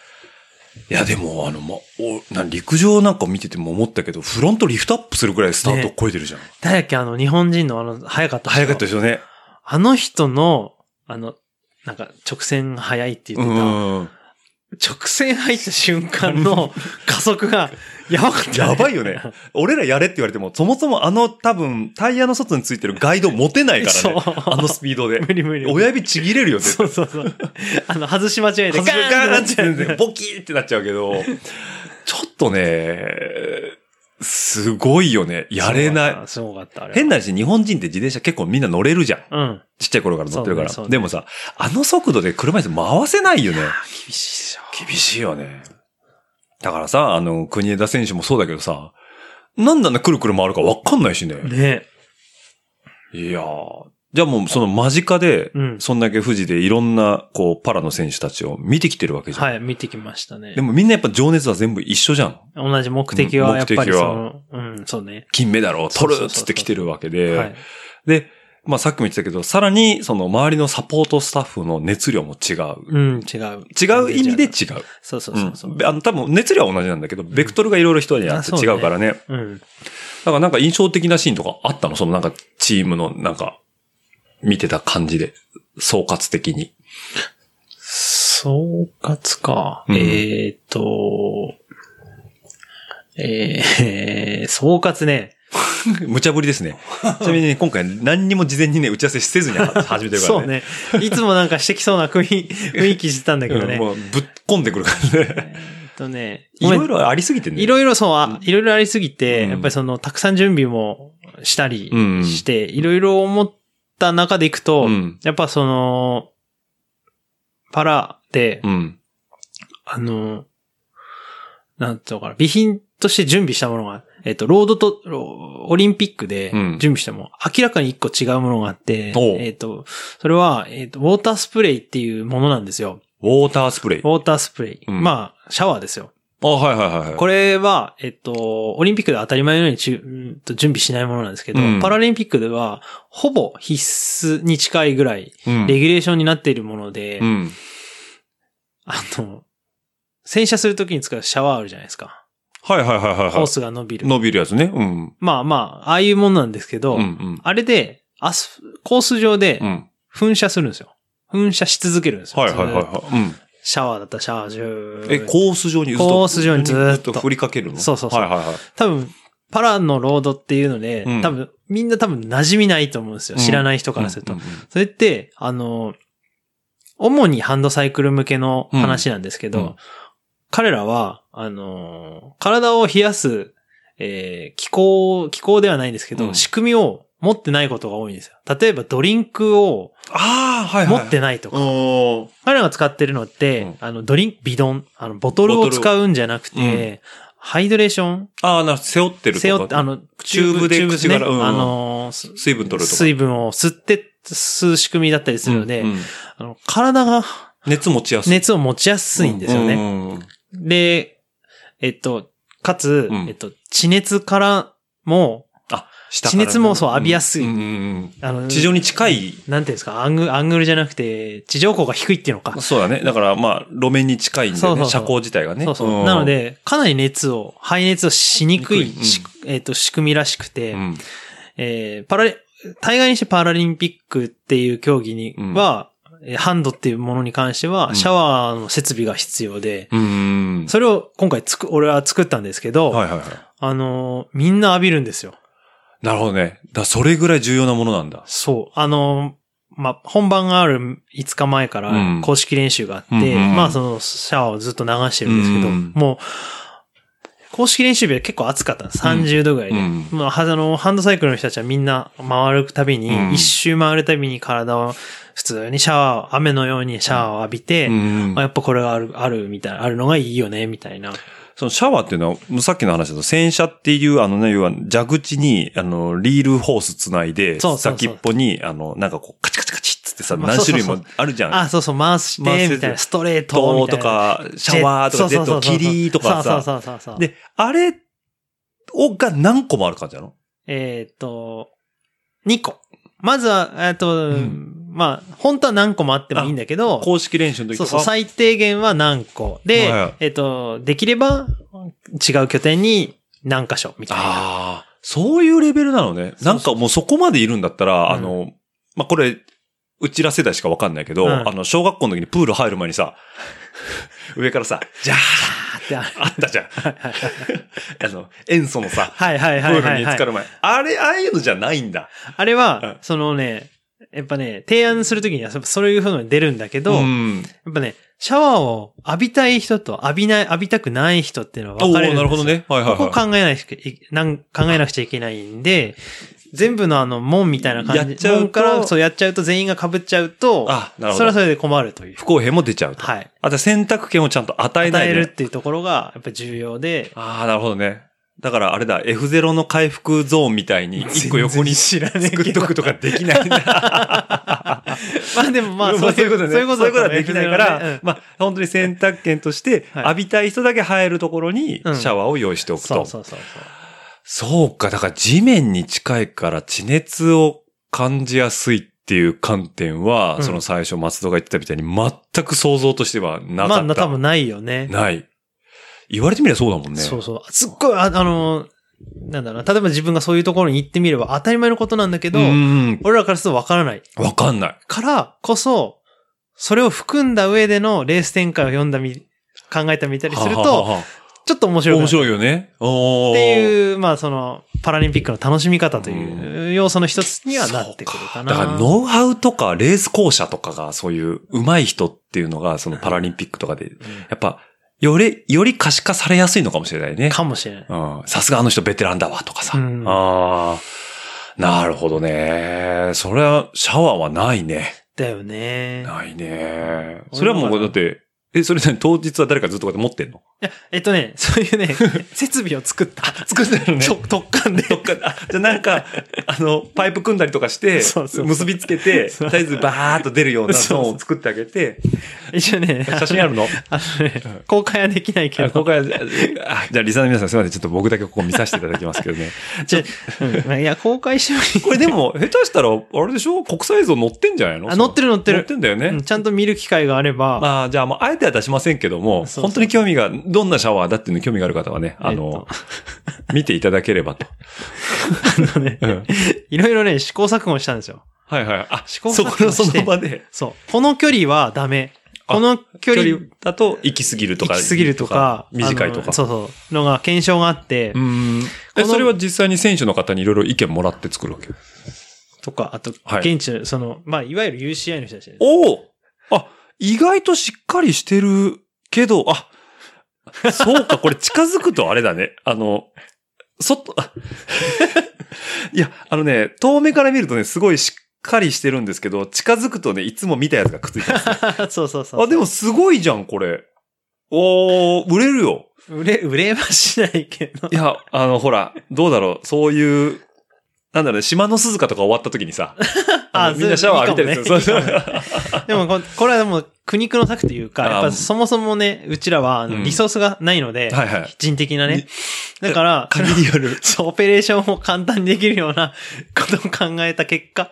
いや、でも、あの、ま、おな陸上なんか見てても思ったけど、フロントリフトアップするぐらいスタートを超えてるじゃん。誰だっけ、あの、日本人のあの、早かった人。早かったですよね。あの人の、あの、なんか、直線が速いって言うってた。ん。直線入った瞬間の加速が、やばかった、やばいよ [laughs] ね。俺らやれって言われても、そもそもあの多分、タイヤの外についてるガイド持てないからね [laughs] そう。あのスピード [laughs] で。無理無理。親指ちぎれるよ、絶対そうそうそう。あの、外し間違えて、外れガーンってななっっちゃうて、ボキーってなっちゃうけど、ちょっとね、すごいよね。やれない。。すごかった、あれは。変な話、日本人って自転車結構みんな乗れるじゃん。うん。ちっちゃい頃から乗ってるから。そうねそうねでもさ、あの速度で車椅子回せないよね。厳しいでしょ。厳しいよね。だからさ、あの、国枝選手もそうだけどさ、なんであんなくるくる回るかわかんないしね。ねいやー。じゃあもうその間近で、うんそんだけ富士でいろんな、こう、パラの選手たちを見てきてるわけじゃん。はい、見てきましたねで。もみんなやっぱ情熱は全部一緒じゃん。同じ目的は、やっぱり目的そはの、うん、そうね。金メダルを取そうるそうっそうそつうって来てるわけはでい。。で、まあさっきも言ってたけど、さらにその周りのサポートスタッフの熱量も違う。うん、違う。違う意味で違う。そうそううそんうそう。。べあの、多分熱量は同じなんだけど、ベクトルがいろいろ人によってあそうね違うからね。うん。だからなんか印象的なシーンとかあったのそのなんかチームのなんか、見てた感じで、総括的に。 [laughs] 総括か。うんえーっと、えー、 [laughs] 総括ね。無茶ぶりです [laughs] ね。ちなみにね、今回何にも事前にね、打ち合わせせずに [laughs] 始めてるからね。そうね。いつもなんかしてきそうな [laughs] 雰囲雰囲気してたんだけどうね。んもうぶっ込んでくるからね。えーっとね、いろいろありすぎてね。いろいろそう、あいろいろありすぎて、うんやっぱりその、たくさん準備もしたりうんして、いろいろ思った中でいくと、うんやっぱその、パラで、うん。あの、なんていうのかな、備品として準備したものが、えっ、と、ロードと、ロオリンピックでうん準備したもの、明らかに一個違うものがあって、おうえっ、と、それは、えっ、と、ウォータースプレーっていうものなんですよ。ウォータースプレイウ。ォータースプレー。うんまあ、シャワーですよ。あ、はいはいはいはい。これは、えっと、オリンピックでは当たり前のようにちゅうんと準備しないものなんですけど、うんパラリンピックでは、ほぼ必須に近いぐらい、うん、レギュレーションになっているもので、うん。あの、洗車するときに使うシャワーあるじゃないですか。はいはいはいはいホはーい。スが伸びる。伸びるやつね。うん。まあまあ、ああいうものなんですけうど、んうん。あれで、アス、コース上でうん。噴射するんですよ。噴射し続けるんですよ。はいはいはいずーっとはい。うん。シャワーだったらシャワー中。え、コース上にずっとコース上にずーっと振りかけるのそうそうそうはいはいはい。多分、パラのロードっていうので、うん多分、みんな多分馴染みないと思うんですよ。うん知らない人からすると。うんうんそれって、あの、主にハンドサイクル向けの話なんですけど、うんうん彼らは、あの、体を冷やす、えー気候、気候ではないんですけど、うん仕組みを持ってないことが多いんですよ。例えばドリンクをああ、はいはい持はい。ってないとか。おー彼らが使ってるのって、うんあの、ドリンク、ビドン、あの、ボトルを使うんじゃなくボトルて、ハイドレーションああ、な、背負ってるとか。背負って、あの、チューブでチューブ口からねうんあのーす水分取るとか。水分を吸って、吸う仕組みだったりするので、うんうんあの体が熱持ちやすい。熱を持ちやすいんですよね。ね。で、えっと、かつう、んえっと、地熱からも、あ、下地熱もそう浴びやすいうんうんうんあの、地上に近い、なんていうんですか、アングアングルじゃなくて、地上高が低いっていうのか。そうだね。だからまあ、路面に近いんだよね。そうそうそ車う高自体がね。そうそうう。んなの、で、かなり熱を、排熱をしにくにいくいうんしえっと、仕組みらしくて、うん。えーパラリ、大概にしてパラリンピックっていう競技にうんは、えーハンドっていうものに関してうは、んシャワーの設備が必要で、うんうんうん。それを今回つく、俺は作ったんですけど、はいはいはい。あのー、みんな浴びるんですよ。なるほどね。だからそれぐらい重要なものなんだ。そう。あのー、まあ、本番がある5日前かうらん公式練習があって、うんうんまあそのシャワーをずっと流してるんですけど、うんもう、公式練習日は結構暑かったんです。30度ぐらいで。うんまあ、はあの、ハンドサイクルの人たちはみんな回るたびに、うん一周回るたびに体を普通にシャワーを、雨のようにシャワーを浴びて、うんあやっぱこれがある、あるみたいな、あるのがいいよね、みたいな。そのシャワーっていうのは、さっきの話だと、洗車っていう、あのね、要は蛇口に、あの、リールホースつないで、そうそうそう先っぽに、あの、なんかこう、カチカチカチっつってさ、まあ何種類そうもそうあるじゃん。あ、そうそう、回し回せて、ずみたいな、ストレート塔みたといな。か、シャワーとか、ジジェェット、霧とかそさ。うそうそうそうそうそうそう。で、あれを、が何個もある感じなのえーっ、と、2個。まずは、えーっと、うんまあ、本当は何個もあってもいいんだけど、公式練習の時そとうか。そう、最低限は何個。で、はいはいえーっ、と、できれば、違う拠点に何箇所、みたいな。ああ、そういうレベルなのね。なんかもうそこまでいるんだったら、うんあの、まあ、これ、うちら世代しかわかんないけど、うんあの、小学校の時にプール入る前に [laughs] さ、上からさ、じゃあってあーあったじゃん。あの、塩素のさ、はいはいプはいーはルい、には浸かい。る前。あれ、ああいうのじゃないんだ。あれは、うんそのね、やっぱね、提案するときには、やっぱそういう風に出るんだけど、やん。っぱね、シャワーを浴びたい人と浴びない、浴びたくない人っていうのはおお分かれるんでなすよ。るほどね。はいはい、はい。ここ考えなくいなん考えなくちゃいけないんで、全部のあの、門みたいな感じ。やっちゃうと門から、そう、やっちゃうと全員が被っちゃうと、あなるほどそれはそれで困るという不。公平も出ちゃうと。はい。あと選択権をちゃんと与えな与いえるっで。ていうところが、やっぱ重要 [laughs] で、ああ、なるほどね。だからあれだ、F0 の回復ゾーンみたいに、一個横に知らねえけど作っとくとかできないんだ。 [laughs] まあでもまあ、そういうことね。そういうことそういうことはできないかだと思うらん、まあ、本当に選択権として、はい浴びたい人だけ入るところに、シうんャワーを用意しておくそうと。そうそうそう。そうか、だから地面に近いから地熱を感じやすいっていう観点は、うんその最初松戸が言ってたみたいに、全く想像としてはなまかった。あ、多分ないよね。ない。言われてみればそうだもんね。そうそう。すっごい、ああの、なんだろうな、例えば自分がそういうところに行ってみれば当たり前のことなんだけど、うん。俺らからするとわからない。わかんない。からこそ、それを含んだ上でのレース展開を読んだみ、考えたみたりするはははと、はちょっと面白くな面るっ白いよね。おーていう、まあその、パラリンピックの楽しみ方というう要素の一つにはなってくるかな。だから、ノウハウとか、レース校舎とかが、そういう、上手い人っていうのが、そのパラリンピックとかで、やっぱ、より、より可視化されやすいのかもしれないね。かもしれない。うん。さすがあの人ベテランだわ、とかさ。うんああ。なるほどね。それは、シャワーはないね。だよね。ないね。それはもう、だって、え、それ何当日は誰かずっとこうやって持ってんのえっとね、 [laughs] そうい [laughs] うね、設備を作った。作ってるちょ特感で。どっか、あじゃあなん [laughs] か、あの、パイプ組んだりとかして、そうそうそう結びつけて、とそうりあえずバーっと出るようなそうゾーそうンを作ってあげて、一応ね、写 [laughs] 真あるのあのね、公開はできないけあど。ここから、ああじゃあ、リサの皆さんすみません。ちょっと僕だけここ見させていただきますけどね。ちょうんいや、公開してもいい。 [laughs] これでも、下手したら、あれでしょ国際映像載ってんじゃないのあ載ってる載ってる載ってんだよね。うんちゃんと見る機会があれば、まあ、じゃあ、まあ、あえては出しませんけども、そうそう本当に興味が、どんなシャワーだっていうのに興味がある方はね、あの、 [laughs] 見ていただければと。あのねうんいろいろね、試行錯誤したんですよ。はいはい。あ、試そ行こ錯誤してのその場で、そう。この距離はダメ。あこの距距離、離だと、行き過ぎると行か。き過ぎるとか、短いあとのか。そうそう。のが検証があって、うん。え、このそれは実際に選手の方にいろいろ意見もらって作るわけとか、あと、はい現地の、その、まあ、いわゆる UCI の人たちです。おおあ、意外としっかりしてるけど、あ、そうか、これ近づくとあれだね。あの、外、あいや、あのね、遠目から見るとね、すごいしっかりしてるんですけど、近づくとね、いつも見たやつがくっついてます、ね。 [laughs] そうそうそう。あ、でも、すごいじゃん、これ。おー、売れるよ。売れ、売れはしないけどい。や、あの、ほら、どうだろう、そういう、なんだろうね、島の鈴鹿とか終わった時に [laughs] さ、ああのみんなシャワー浴びたりする。そそうういいかもねそうでもこ、これはもう苦肉の策というか、あーやっぱそもそもね、うちらはあのうんリソースがないので、はい [laughs] はい人的なね。だから、 [laughs] 限りある。 [laughs] そう、オペレーションを簡単にできるような [laughs] ことを考えた結果、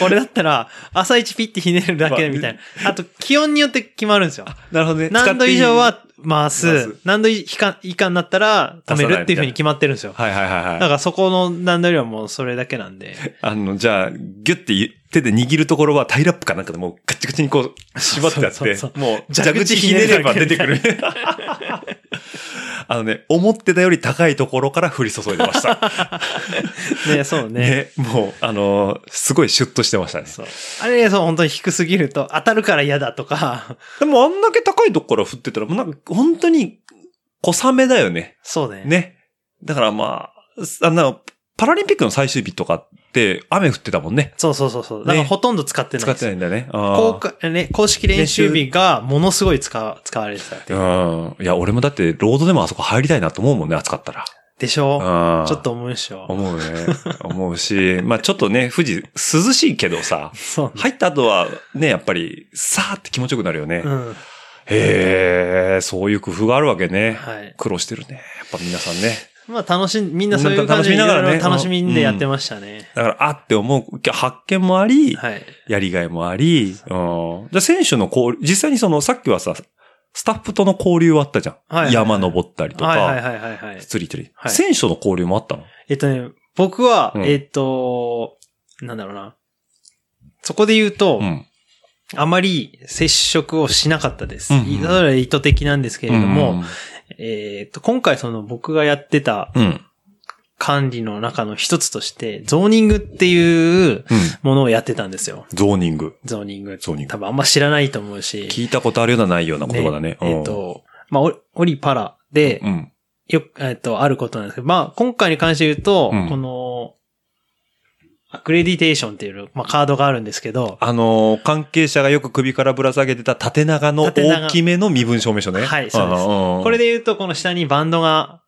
これだったら、朝一ピッてひねるだけでみたいな。あと、気温によって決まるんですよ。なるほどね。何度以上は回回すす。何度以下以下になったら止めるっていうふうに決まってるんですよ。はいはいはいだはかい。らそこの段取りはもうそれだけなんで。 [laughs] あの、じゃあ、ギュッてい手で握るところはタイラップかなんかでもうガチガチにこう縛ってあって、そうそうそうもう蛇蛇口口ひひねねれればば出出ててくく [laughs] るる。あのね、思ってたより高いところから降り注いでました。ね、そう [laughs] ね。ね、もう、あのーすごいシュッとしてましたね。そうあれ、そう、本当に低すぎると当たるから嫌だとか、 [laughs] でもあんだけ高いとこから降ってたら、もうなんか本当に小雨だよね。そうね。ね。だからまあ、あの、パラリンピックの最終日とかって雨降ってたもんね。そうそうそうそう。だからねほとんど使ってない使でっすてよ。ないんだね。公あ開ね、公式練習日がものすごい使う使われてたっていう。あ。うん。いや、俺もだって、ロードでもあそこ入りたいなと思うもんね、暑かったら。でしょうん。ちょっと。思うでしょ。思うね。思うし、 [laughs] まあちょっとね、富士、涼しいけどさ、そうね。入った後はね、やっぱり、さーって気持ちよくなるよね。うん。へえ、そういう工夫があるわけね。はい苦労してるね。やっぱ皆さんね。まあ楽しん、みんなそういう感じでいみんな楽しみながろらねいろ楽しみんでやってましたね。だから、あって思う発見もあり、はい。やりがいもあり、うん。で、選手の交流、実際にその、さっきはさ、スタッフとの交流はあったじゃん。はいはい山登ったりとか、はいはいはいはいはい。釣り釣り、はい選手との交流もあったのえっとね、僕は、うんえっと、なんだろうな。そこで言うと、うん。あまり接触をしなかったです。うそんうんれは意図的なんですけれども、うんえっと、今回その僕がやってたうん。うん。管理の中の一つとして、ゾーニングっていううんものをやってたんですよ。ゾーニング。ゾーニング。ゾーニング多分あんま知らないと思うし。聞いたことあるようなないような言葉だね。えっ、と、まあ、オリオリパラでう、ん。よく、えっ、と、あることなんですけど、まあ、今回に関して言うと、うんこの、アクレディテーションっていう、まあ、カードがあるんですけど、あのー関係者がよく首からぶら下げてた縦長の縦長大きめの身分証明書ね。はいそうですここれで、で言うと、この下にバンドが、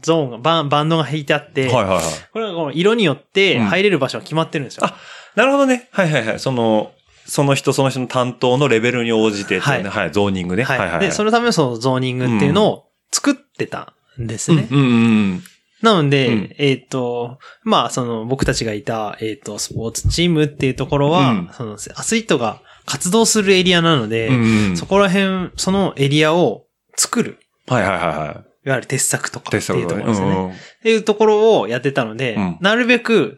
ゾーンが、バンバンドが引いてあって、はいはいはい。これがこの色によってうん入れる場所が決まってるんですよ。あなるほどね。はいはいはい。その、その人その人の担当のレベルに応じてっていうね、はい、ゾーニングね。はいはいはい。で、そのためのそのゾーニングっていうのを作ってたんですね。うんうんうん。なので、うんえっ、と、まあ、その、僕たちがいた、えっ、と、スポーツチームっていうところは、うんその、アスリートが活動するエリアなので、うんうんそこら辺、そのエリアを作る。はいはいはいはいわゆる鉄柵とかい。っていうところですよね。うんうんっていうところをやってたので、うんなるべく、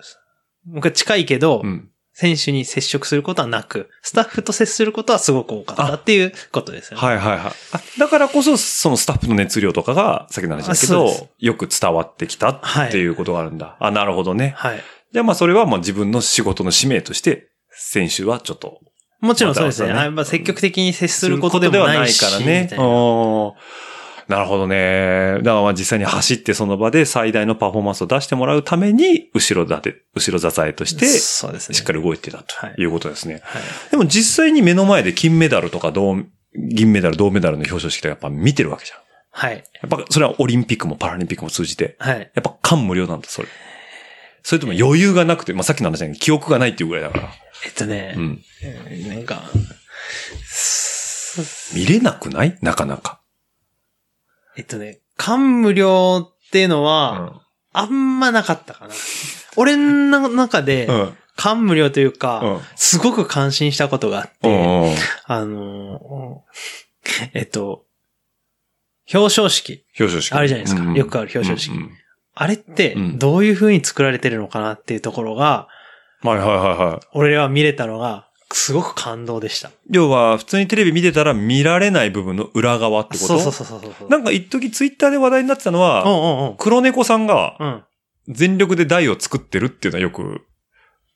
僕は近いけど、うん。選手に接触することはなく、スタッフと接することはすごく多かったっていうことですよね。はいはいはい。あだからこそ、そのスタッフの熱量とかが、さっきの話だけあそうでど、よく伝わってきたっていうことがあるんだ。あ、なるほどね。はい。じゃあまあそれはまあ自分の仕事の使命として、選手はちょっと。もちろんそうですね。またあはねやっぱ積極的に接することでもないし。からねみた。いなおーなるほどね。だからまあ実際に走ってその場で最大のパフォーマンスを出してもらうために、後ろ立て、後ろ支えとして、しそうですね。っかり動いてたということですね。はい。でも実際に目の前で金メダルとか銅、銀メダル、銅メダルの表彰式とかやっぱ見てるわけじゃん。はい。やっぱそれはオリンピックもパラリンピックも通じて、はい。やっぱ感無量なんだ、それ。それとも余裕がなくて、まあ、さっきの話だけど、記憶がないっていうぐらいだから。えっとねう、ん。なんか、す見れなくないなかなか。えっとね、感無量っていうのうは、ん。あんまなかったかな。俺の中でう、ん。感無量というか、うんすごく感心したことがあっうて、ん。あのー、えっと、表彰式。表彰式。あるじゃないですかうんよくある表彰式うんうんあれってう、んどういう風に作られてるのかなっていうところが、はいはいはいはい。俺らは見れたのが、すごく感動でした。要は、普通にテレビ見てたら見られない部分の裏側ってことそうそうそうそうそう。なんか一時ツイッターで話題になってたのうんは、うん黒猫さんがうん。うん。全力で台を作ってるっていうのはよく、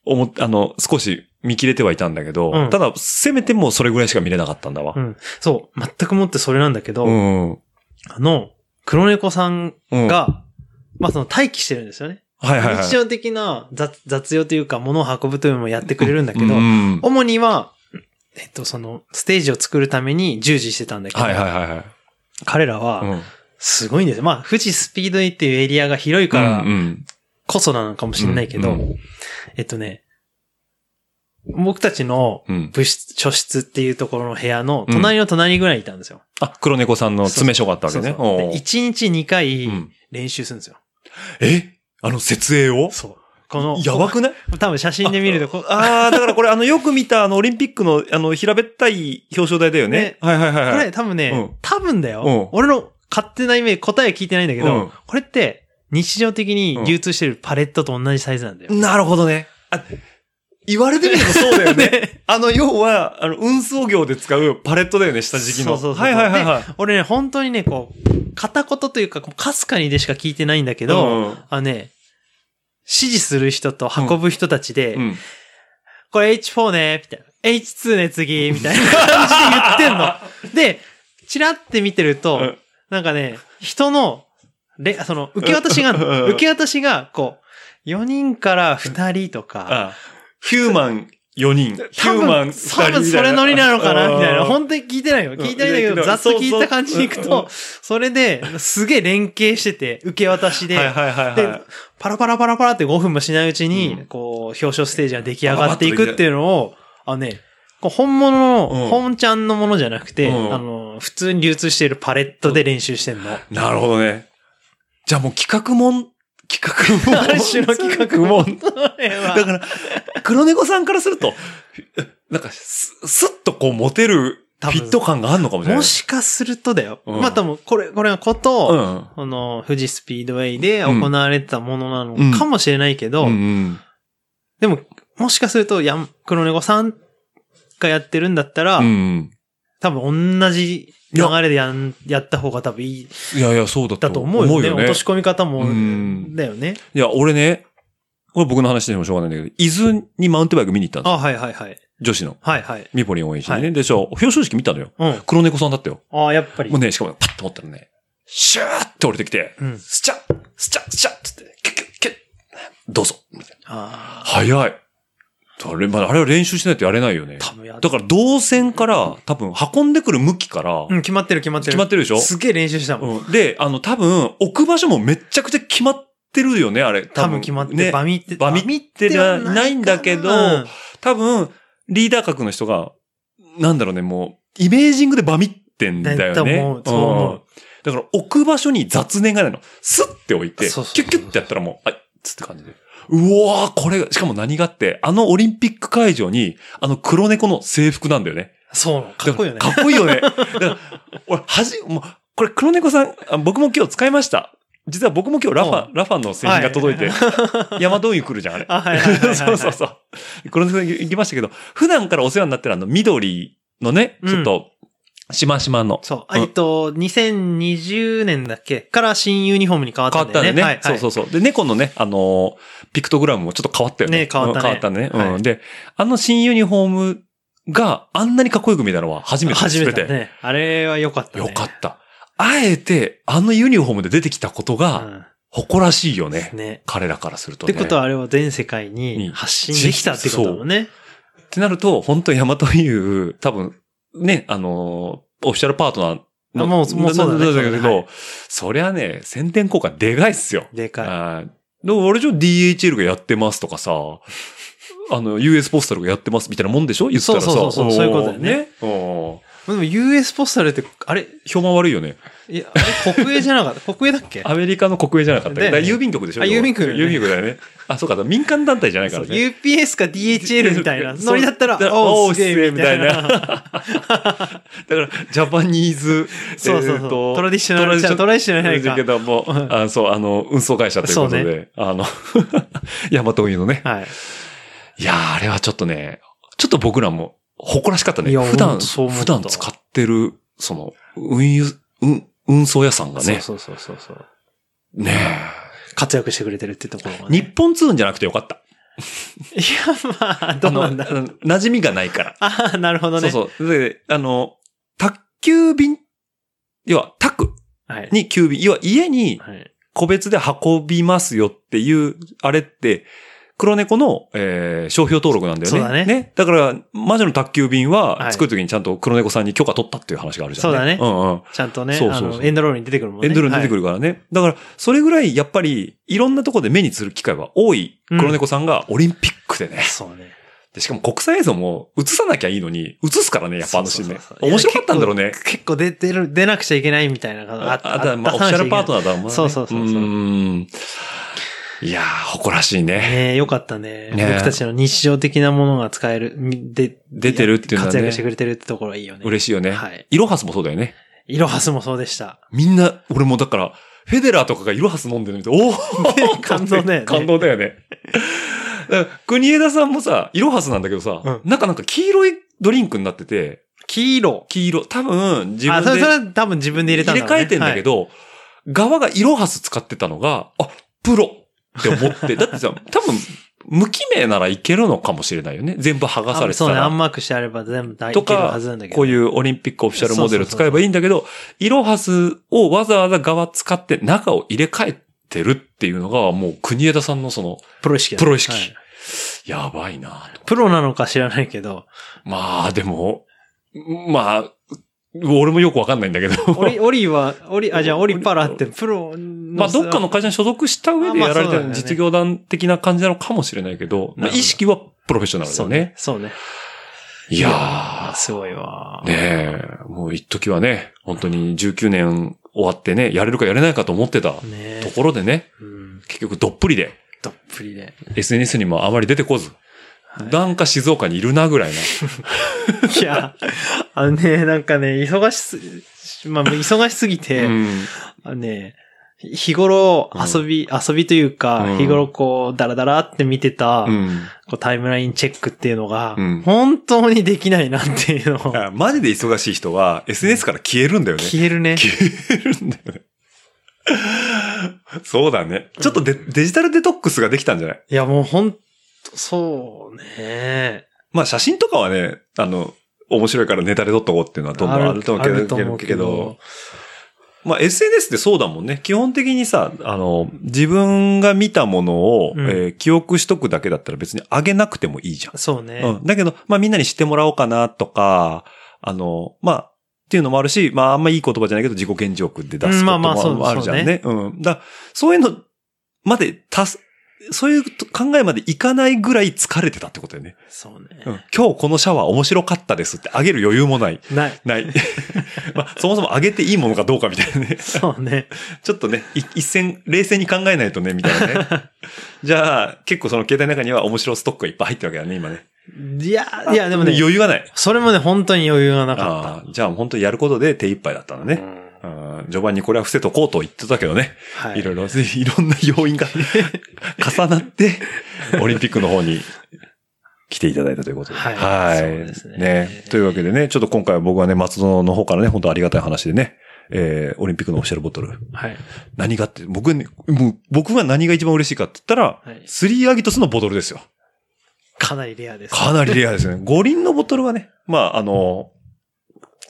思っあの、少し見切れてはいたんだけど、うんただ、せめてもうそれぐらいしか見れなかったんだわう。ん。そう。全くもってそれなんだけど、うん。あの、黒猫さんうん、が、まあその待機してるんですよね。はいはいはい。日常的な雑雑用というか、物を運ぶというのもやってくれるんだけど、うん主には、えっと、その、ステージを作るために従事してたんだけど、はいはいはいはい。彼らは、すごいんですよ。まあ、富士スピードイっていうエリアが広いから、うんうんこそなのかもしれないけど、うんうんえっとね、僕たちのうん部室、書室っていうところの部屋の隣の隣ぐらいにいたんですよ。あ、黒猫さんの詰め所があったわけね。そうそうでおう1日2回うん練習するんですよ。えあの、設営をそう。この、やばくない多分写真で見るとこ、あ、 [laughs] ああ、だからこれ、あの、よく見た、あの、オリンピックの、あの、平べったい表彰台だよねね。はいはいはいこはれい。多分ね、うん多分だうんよ。俺の勝手なイメージ、答え聞いてないんだけど、うんこれって日常的に流通してるパレットと同じサイズなんだよ。なるほどね。あ、言われてみればそうだよ [laughs] ね。あの、要は、あの、運送業で使うパレットだよね、下敷きの。そうそうそうそうはいはいはいはい。俺ね、本当にね、こう、片言というか、こうかすかにでしか聞いてないんだけけど、あのね、指示する人と運ぶ人たちで、うん。これ H4 ね、みたいな。H2 ね、次、みたいな感じで [laughs] 言ってんの。で、チラって見てると、うんなんかね、人の、れ、その、受け渡しがあるうんの、受け渡しが、こう、4人から2人とか、あ、ヒューマン4人。ヒ多ューマン分、 2人多分それ乗りなのかなみたいな。ほん本当に聞いてないよ。ん聞いてないんだけいど、やざいっやといや聞いた感じにいくそうと、それで、すげえ連携してて、受け渡しではい、はいはいはでい。、パラパラパラパラって5分もしないうちに、うんこう、表彰ステージが出来上がっていくっていうのを、あのね、こう本物うんの、本ちゃんのものじゃなくて、うんあの、普通に流通しているパレットで練習し [laughs] てんの。なるほどね。じゃあもう企画もん、企画もん。ある種の企画 [laughs] ももん。だだから、黒猫さんからすると、なんかす、すっとこう、持てるフ多分ィット感があるのかもしれない。もしかするとだよ。うんまたもう、これ、これがこうと、ん。この、富士スピードウェイで行われてたものなうんのかもしれないけど、うんでも、もしかすると、やん、黒猫さんがやってるんだったら、うん。うん。多分同じ流れでやんやった方が多分いいいやいや、そうだだと思うよね。落とし込み方うもん、だよね。いや、俺ね、これ僕の話でもしょうがないんだけど、伊豆にマウンテンバイク見に行ったんですよあ、はいはいはい。女子の。はいはい。ミポリン応援してね。はで、そう、表彰式見たのよ。うん。黒猫さんだったよ。ああ、やっぱり。もうね、しかもパッと持ったらね、シューって降りてきて、うんスチャッ、スチャッ、スチャッつって、キュッキュッキュッ、どうぞ。みたいなああ、早い。あれ、まあ、あれは練習しないとやれないよね。多分やだから、動線から、多分、運んでくる向きから、うん、決まってる決まってる。決まってるでしょすげえ練習したもん。うんで、あの、多分、置く場所もめちゃくちゃ決まってるよね、あれ。多分決まって、ね、バミって。バミってでなはいかなないんだけど、うん多分、リーダー格の人が、なんだろうね、もう、イメージングでバミってんだだよとね。思うそう思うんだから、置く場所に雑念がないの。スッて置いて、そうそうキュッキュッってやったらもう、あいっつって感じで。うわーこれ、しかも何がって、あのオリンピック会場に、あの黒猫の制服なんだよね。そうなの。かっこいいよね。かっこいいよね。だから、俺、はじ、もう、これ黒猫さん、あ僕も今日使いました。実は僕も今日ラファ、ラファの製品が届いて、山道湯来るじゃん、あれ。あ、はいはいはいはいは [laughs] い。そうそうそう。黒猫さん行きましたけど、普段からお世話になってるあの緑のね、うんちょっと、しましまの。そう。うあんえっと、2020年だっけから新ユニフォームに変わっ変わたんっだたよね。ね。はいはいそうそうそう。で、猫のね、あのーピクトグラムもちょっと変わったよね。ね変わっうんたね変わったね。うん。はで、あの新ユニフォームがあんなにかっこよく見たのは初めて初初めめてて。だね。あれは良かったね。よかった。あえて、あのユニフォームで出てきたことが、誇らしいよね。うんね。彼らからするとっね。てことはあれは全世界に発信できたってことだもんね。ってなると、本当にヤマトいう、多分、ね、あのーオフィシャルパートナーのあもうもうそうだねなななだけはど、そりゃね、宣伝効果でかいっすよ。でかい。あーだから俺じゃ DHL がやってますとかさ、あの、US ポスタルがやってますみたいなもんでしょ言ったらさ。そうそうそうそうそういうことだよねおー。でも US ポスタルって、あれ評判悪いよね。いや、あれ国営じゃなかった。国 [laughs] 営だっけアメリカの国営じゃなかったっけだよねだから郵便局でしょあ郵便局だよね郵便局だよね。あ、そうか、民間団体じゃないからね。 ?UPS か DHL みたいなそうノリだったらだ、おおうう、すげえみたいすげえみな。だから、ジャパニーズ、 [laughs] そうそうそうえーとトラディショナルじゃトラディショ [laughs] ナルじゃだけども、あそう、あの、運送会社ということで、そうあの、 [laughs] ヤマト運輸のね。はいやー、あれはちょっとね、ちょっと僕らも誇らしかったね。いや普ほ段、んとそう思普った段使ってる、その、運輸、運、運送屋さんがい。ね、そうそうそうそう。ね活躍してくれてるってところがえ日ね。本通運じゃなくてよかった。いや、まあ、どうなんだあ。のあの馴染みがないから。 [laughs] ああ、なるほどね。そうそう。で、あの、宅急便、要は宅はい。に急便、要は家にはい。個別で運びますよっていう、あれって、黒猫の、えー商標登録なんだよね。そうだねだから、魔女の宅急便はは、い作るときにちゃんと黒猫さんに許可取ったっていう話があるじゃん、そうだねうんうん。ちゃんとね、そうそうそうあの、エンドロールに出てくるもんね。エンドルに出てくる。るからね。だから、それぐらい、やっぱり、いろんなとこで目にする機会は多い黒猫さんが、オリンピックでね、そうね。で。しかも国際映像も映さなきゃいいのに、映すからね、やっぱあのシーンねそうそう。そう面白かったんだろうね。結構出てる、出なくちゃいけないみたいなのがあ、あだまあ、オフィシャルパートナーだもんね。そうそうそうそううんいやー、誇らしいね。ねえ、よかったねねえ僕たちの日常的なものが使える、みで、出てるっていうのはね活躍してくれてるってところはいいよね。嬉しいよね。はいイロハスもそうだよね。い。イロハスもそうでした。みんな、俺もだから、フェデラーとかがイロハス飲んでるの見て、おお感動だよね [laughs] 感動だよね。だから国枝さんもさ、イロハスなんだけどさ、うんなんかなんか黄色いドリンクになってて、黄色。黄色、多分自あ、そ分れでそれは多分自分で入れたんだろうね、替えてんだけど、側がイロハス使ってたのが、あ、プロって思って、だってさ、多分、無記名ならいけるのかもしれないよね。全部剥がはい、されてたそうね、らア。ンマークしてあれば全部大といけるはかずなんだ、けど。こういうオリンピックオフィシャルモデル使えばいいんだけど、イロハスをわざわざ側使って中を入れ替えてるっていうのが、もう国枝さんのその、プロ意識だねプロ意識はいやばいなと。プロなのか知らないけど、まあ、でも、まあ、俺もよくわかんないんだけど。オリ、オリは、オリ、あ、じゃあオリパラってプロの。 [laughs] まあ、どっかの会社に所属した上でやられてる実業団的な感じなのかもしれないけど、なるほど意識はプロフェッショナルだそうよねね。。そうね。いやあ、すごいわー、。ねえ、もう一時はね、本当に19年終わってね、やれるかやれないかと思ってたとねころでね、うん。結局どっぷりで、どっぷりで。 SNS にもあまり出てこず、いなんか静岡にいるなぐらいな。いや、あのね、なんかね、忙しす、まあ、忙しすぎて、うんあのね、日頃遊び、遊びというか、うん日頃こう、ダラダラって見てた、うんこうタイムラインチェックっていうのが、うん本当にできないなっていうのを、 [laughs] あマジで忙しい人は SNS から消えるんだよね。消えるね。消えるんだよね。そうだね。ちょっとデ,、デジタルデトックスができたんじゃないいや、もうほんと、そうね。まあ写真とかはね、あの、面白いからネタで撮っとこうっていうのはどんどんあると思あるうけど、、まあ SNS ってそうだもんね。基本的にさ、あの、自分が見たものを、うんえー記憶しとくだけだったら別に上げなくてもいいじゃん。そうね。うん。だけど、まあみんなに知ってもらおうかなとか、あの、まあ、っていうのもあるし、まああんまいい言葉じゃないけど自己顕示欲って出すことうんまあまあそうもあるじゃんね。うん。だそういうのまで足す、そういう考えまでいかないぐらい疲れてたってことだよね。そうね。うん。今日このシャワー面白かったですってあげる余裕もない。ない。ない。 [laughs] まあそもそもあげていいものかどうかみたいなね。 [laughs] そうね。ちょっとね、い一線、冷静に考えないとね、みたい [laughs] なね。じゃあ、結構その携帯の中には面白ストックがいっぱい入ってるわけだね、今ね。いや、いや、でもね、余裕がない。それもね、本当に余裕がなかった。ああーじゃあ本当にやることで手一杯だったのね。うん序盤にこれは伏せとこうと言ってたけどね。はいい、ろいろ、いろんな要因が [laughs] 重なって、オリンピックの方に来ていただいたということで。はいはいそうですねというわけでね、ちょっと今回は僕はね、松戸の方からね、本当ありがたい話でね、えー、オリンピックのオフィシャルボトル。はい。何がって、僕ね、もう僕が何が一番嬉しいかって言ったら、はいスリーアギトスのボトルですよ。かなりレアです。かなりレア [laughs] ですね。五輪のボトルはね、まあ、あの、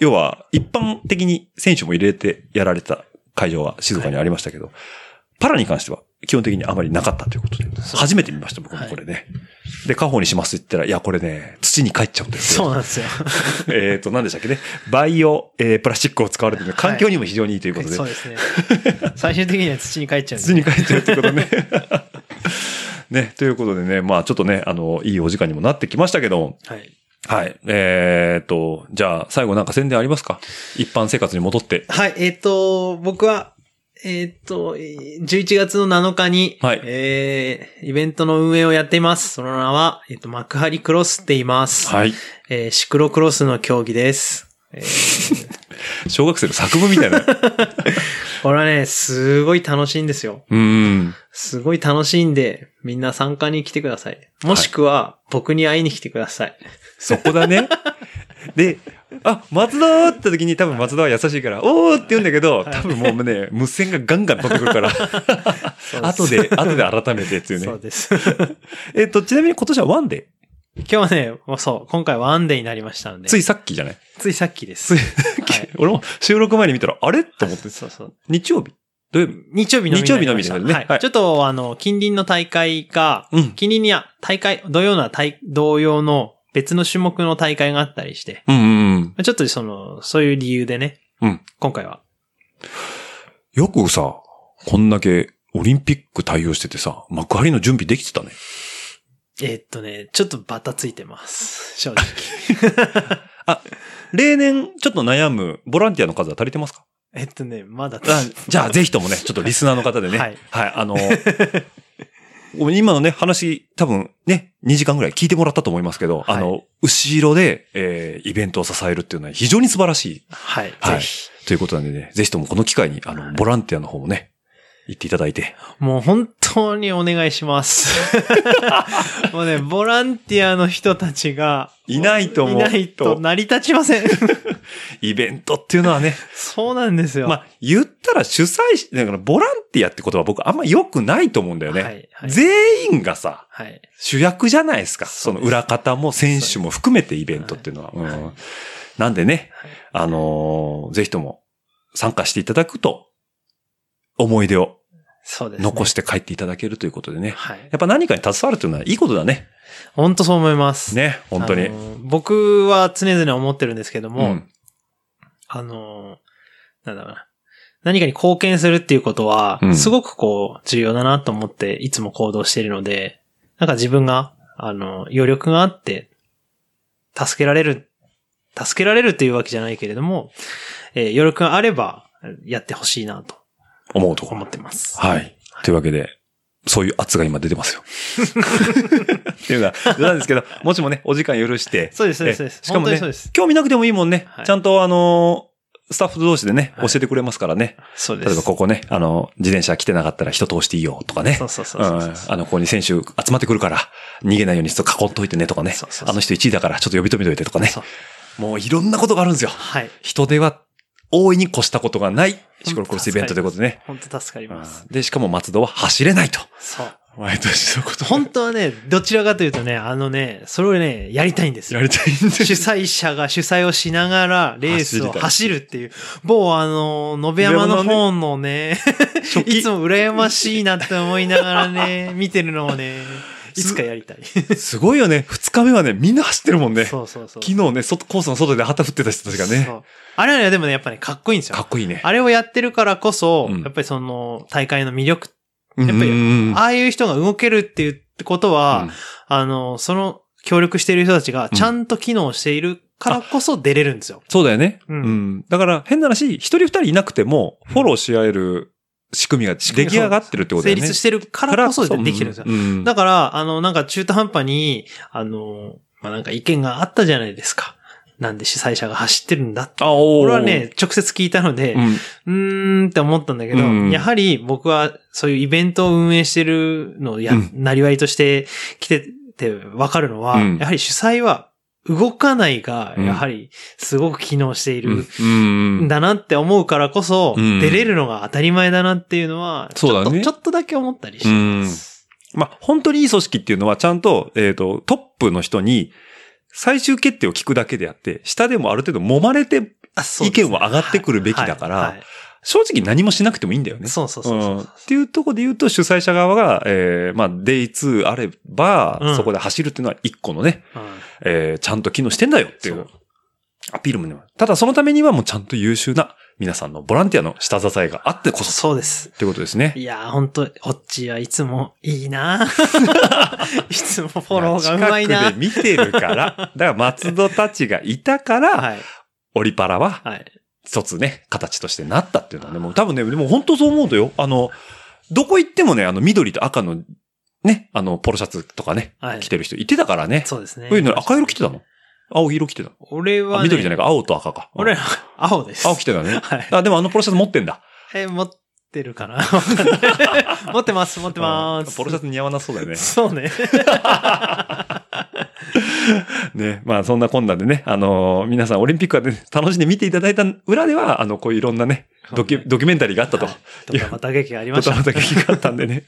要は、一般的に選手も入れてやられた会場は静かにありましたけど、パラに関しては基本的にあまりなかったということで、初めて見ました、僕もこれね。で、家宝にしますって言ったら、いや、これね、土に帰っちゃうんだよ。そうなんですよ。えっと、何でしたっけね。バイオ、えープラスチックを使われてるので環境にも非常にいいということで、そうですね。最終的には土に帰っちゃうんで土に帰ってるってことね。 [laughs] ね、ということでね、まあちょっとね、あの、いいお時間にもなってきましたけども、はい。はい。えー、っと、じゃあ、最後なんか宣伝ありますか一般生活に戻って。はい、えっ、と、僕は、えっ、と、えー11月の7日に、はいえーイベントの運営をやっています。その名は、えっ、と、幕張クロスって言います。い。はい。えーシクロクロスの競技です。小学生の作文みたい [laughs] な。うこれはね、すごい楽しいんですよ。ーん。すごい楽しいんで、みんな参加に来てください。もしくは、僕に会いに来てください。そこだね。で、あ、松田って時に多分松田は優しいから、おーって言うんだけど、多分もうね、無線がガンガン飛んでくるから、後で、後で改めてっていうそうね。です。 [laughs] えーっと、ちなみに今年はワンデ今日はね、もうそう、今回ワンデーになりましたのー。で。ついさっきじゃない [laughs] ついさっきです。つい、俺も収録前に見たら、あれと思って、そうそう。日曜日土曜日日曜日のみになりました。日曜日のみですねはいはいちょっと、あの、近隣の大会が、うん近隣には大会、同様な大、同様の別の種目の大会があったりして、うんうんうん。ちょっとその、そういう理由でね、うん今回は。よくさ、こんだけオリンピック対応しててさ、幕張の準備できてたね。えーっとね、ちょっとバタついてます。正 [laughs] 直。例年、ちょっと悩むボランティアの数は足りてますかえーっとね、まだあじ [laughs] ゃあ、ぜひともね、ちょっとリスナーの方でね。ははいい。あのー今のね、話、多分ね、2時間ぐらい聞いてもらったと思いますけど、はいあの、後ろで、えーイベントを支えるっていうのは非常に素晴らしい。はい。はいぜひ。ということなんでね、ぜひともこの機会に、あの、ボランティアの方もね、行っていただいて。もう本当にお願いし [laughs] ます。もうね、ボランティアの人たちが、いないと思ういないと成り立ちません。イベントっていうのはね、そうなんですよ。まあ、言ったら主催し、だからボランティアってことは僕あんま良くないと思うんだよね。はいはい全員がさ、はい。主役じゃないですか。その裏方も選手も含めてイベントっていうのは。うんなんでね、あのーぜひとも参加していただくと、思い出をそうです、ね。残して帰っていただけるということでね。はいや。っぱ何かに携わるというのはいいことだね。本当そう思います。。ね、本当に。僕は常々思ってるんですけども、うんあのー、なんだろうな。何かに貢献するっていうことはう、んすごくこう、重要だなと思って、いつも行動しているので、なんか自分が、あの、余力があって、助けられる、助けられるっていうわけじゃないけれども、えー余力があれば、やってほしいなと思うところ。思ってます。はい。というわけで、そういう圧が今出てますよ。っていうのは、なんですけど、もしもね、お時間許して。そうですそうえですそうですしかも本当にねそうです、興味なくてもいいもんね。はいちゃんとあのースタッフ同士でね、はい教えてくれますからね。そうです。例えばここね、あの、自転車来てなかったら人通していいよとかね。そうそうそううんそうあの、ここに選手集まってくるから、逃げないようにちょっと囲っといてねとかねそうそうそ。うあの人1位だからちょっと呼び止めといてとかねそ。うもういろんなことがあるんですよ。はい。人手は大いに越したことがないシコロクロスイベントということでね。本当助かります。で、しかも松戸は走れないと。そう。毎年そういうこと本当はね、どちらかというとね、あのね、それをね、やりたいんですよや。りたい [laughs] んで主催者が主催をしながらレースを走るっていう、某あの、野辺山の方のね、いつも羨ましいなって思いながら [laughs] ね、見てるのをね、いつかやりたい。すごいよね。二日目はね、みんな走ってるもんね。そうそうそう。昨日ね、外、コースの外で旗振ってた人たちがそね。うあれはね、でもね、やっぱね、かっこいいんですよ。かっこいいね。あれをやってるからこそ、うんやっぱりその大会の魅力、やっぱりああいう人が動けるっていうことは、あの、その協力している人たちがちゃんと機能しているからこそ出れるんですよ。そうだよね。ううんん。だから、変な話、一人二人いなくても、フォローし合える仕組みが出来上がってるってことだ成よね。立しててるからこそできてるんですよ。よだから、あの、なんか中途半端に、あの、まあ、なんか意見があったじゃないですか。なんで主催者が走ってるんだって。あ、おー俺はね、、直接聞いたので、うんうーんって思ったんだけど、うんやはり僕はそういうイベントを運営してるのをや、うんなりわいとして来ててわかるのは、うんやはり主催は動かないが、うんやはりすごく機能しているうんん。だなって思うからこそ、うん出れるのが当たり前だなっていうのは、そうだねちょっとちょっとだけ思ったりしてます。まあ、本当にいい組織っていうのは、ちゃんと、えっ、と、トップの人に、最終決定を聞くだけであって、下でもある程度揉まれて、あそうです意見は上がってくるべきだからはいはい正直何もしなくてもいいんだよね。そうそうそうそううんっていうところで言うと、主催者側が、えーまあ、デイ2あれば、うんそこで走るっていうのは一個のね、うんえーちゃんと機能してんだよっていそううアピールもね。ただそのためにはもうちゃんと優秀な皆さんのボランティアの下支えがあってこそそうです。っていうことですね。 [laughs] いやー、ほんと、オッチーはいつもいいな [laughs] いつもフォローがうまい近なくで見てる [laughs] から、だから松戸たちがいたから、はい。オリパラははい。一つね、形としてなったっていうのはね、もう多分ね、でも本当そう思うとよ。あの、どこ行ってもね、あの緑と赤のね、あの、ポロシャツとかね、はい着てる人いてたからね。そうですね。え、な赤色着てたの青色着てたの俺は、あね、緑じゃないいか、青と赤か。俺うんら、青です。青着てたのね。はい。あ、でもあのポロシャツ持ってんだ。え、持ってるかな [laughs] わかんない持ってます、持ってまうんす。。ポロシャツ似合わなそうだよね [laughs] そうね。ね。まあそんなこんなでね、あのー皆さんオリンピックはね、楽しんで見ていただいた裏では、あの、こういういろんなね、ド [laughs] キュ、ドキュメンタリーがあったと。はいドタバタ劇がありまドした [laughs] タ。バタ劇があったんでね。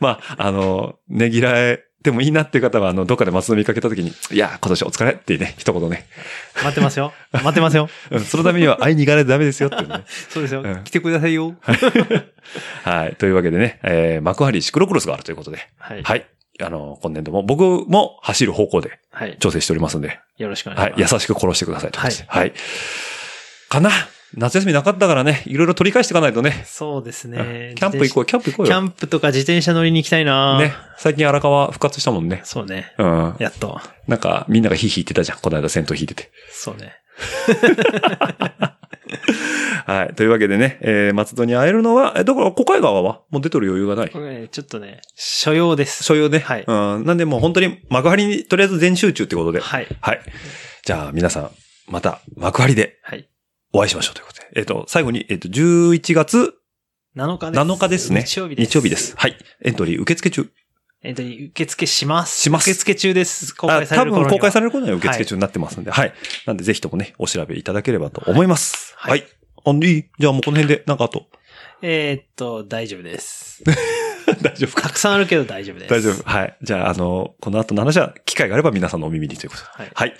まあ、あの、ねぎらえでもいいなっていう方は、あの、どっかで松の見かけた時に、いや、今年お疲れっていうね、一言ね。 [laughs] 待ってますよ。待ってますよ。うん、そのためには会いに行かないとダメですよっていうね。そうですよ。うん来てくださいよ。はい。というわけでね、えー、幕張シクロクロスがあるということで。はい。はい。あの、今年度も僕も走る方向ではい。調整しておりますんで、よろしくお願はいいし。優ます。しく殺してくださいということです。はい。かな夏休みなかったからね、いろいろ取り返していかないとね。そうですうんね。キャンプ行こう。う、キャンプ行こうキャよ。ンプとか自転車乗りに行きたいなね。。最近荒川復活したもんね。そうね。うん。やっと。なんか、みんながヒーヒー言ってたじゃん。この間、銭湯引いてて。そうね。はい。というわけでね、えー、松戸に会えるのは、え、だから、小海川はもう出てる余裕がないこ。れねちょっとね、所要です。所有ね。はいうん。なんで、もう本当に幕張に、とりあえず全集中ってことで。はい。はい。じゃあ、皆さん、また幕張ではい。お会いしましょうということで。えっ、と、最後に、えっ、と、11月7日です。 7日ですね。日曜日です。日曜日で。す。はい。エントリー受付中。えっと、受付します。します受付中です。公あ開され多る頃分には。公開されれる頃には受付中になってますんで、はい。なんで、ぜひともね、お調べいただければと思います。は。はいあいいじゃあもうこの辺で、なんかあと。 [laughs] えーっと、大丈夫です。大丈夫たくさんあるけど大丈夫です。大丈夫。。はい。じゃあ、あの、この後の話は、機会があれば皆さんのお耳にということで。はいはい。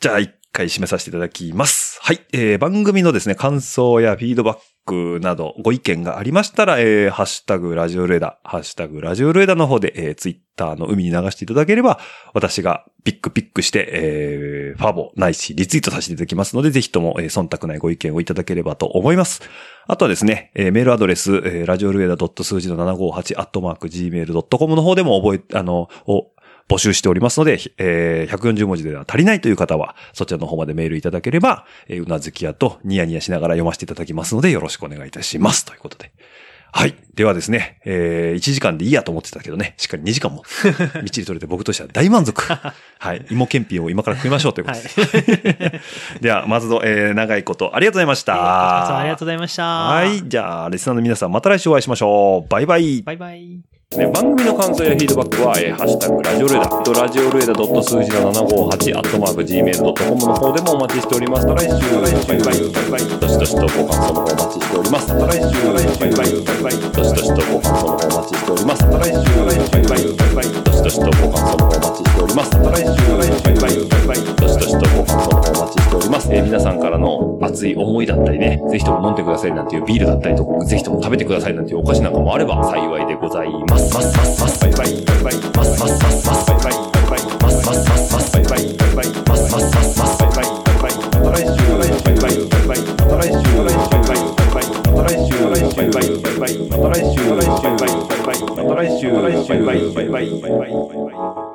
じゃあ、一回締めさせていただきます。はい。えー、番組のですね、感想やフィードバックなど、ご意見がありましたら、えー、ハッシュタグラジオルエダ、ハッシュタグラジオルエダの方で、えー、ツイッターの海に流していただければ、私がピックピックして、えー、ファボ、ないし、リツイートさせていただきますので、ぜひとも、えー、忖度ないご意見をいただければと思います。あとはですね、えーメールアドレス、えーラジオルエダ数字の758、アットマーク、gmail.com の方でも覚え、あの、を募集しておりますので、ひえー140文字では足りないという方は、そちらの方までメールいただければ、えーうなずきやとニヤニヤしながら読ませていただきますので、よろしくお願いいたします。ということで。はい。ではですね、えー、1時間でいいやと思ってたけどね、しっかり2時間 [laughs] も、みっちり取れて僕としては大満足。はい。芋けんぴを今から食いましょうということで。 [laughs] では、まずの、えー長いこと、ありがとうございました。あありがとうございました。はい。。じゃあ、リスナーの皆さん、また来週お会いしましょう。バイバイ。バイバイ。ね、番組の感想やフィードバックは、えーハッシュタグ、ラジオルエダ、えっとラジオルエダ数字の758、アットマーク、gmail.com の方でもお待ちしております。また来週、バイバイ、バイバイ、どしどしとご感想の方お待ちしております。また来週、バイバイ、バイバイ、どしどしとご感想の方お待ちしております。また来週、バイバイ、バイバイ、どしどしとご感想の方お待ちしております。また来週、バイバイ、バイバイ、どしどしとご感想の方お待ちしております。えー皆さんからの熱い思いだったりね、ぜひとも飲んでくださいなんていうビールだったりとか、ぜひとも食べてくださいなんていうお菓子なんかもあれば幸いでございます。ますますますバイバイバイバイますますますますバイバイバイバイますますますますバイバイバイバイますますますますバイバイバイバイまた来週バイバイバイバイまた来週バイバイバイバイまた来週バイバイバイバイまた来週バイバイバイバイまた来週バイバイバイバイまた来週バイバイバイバイ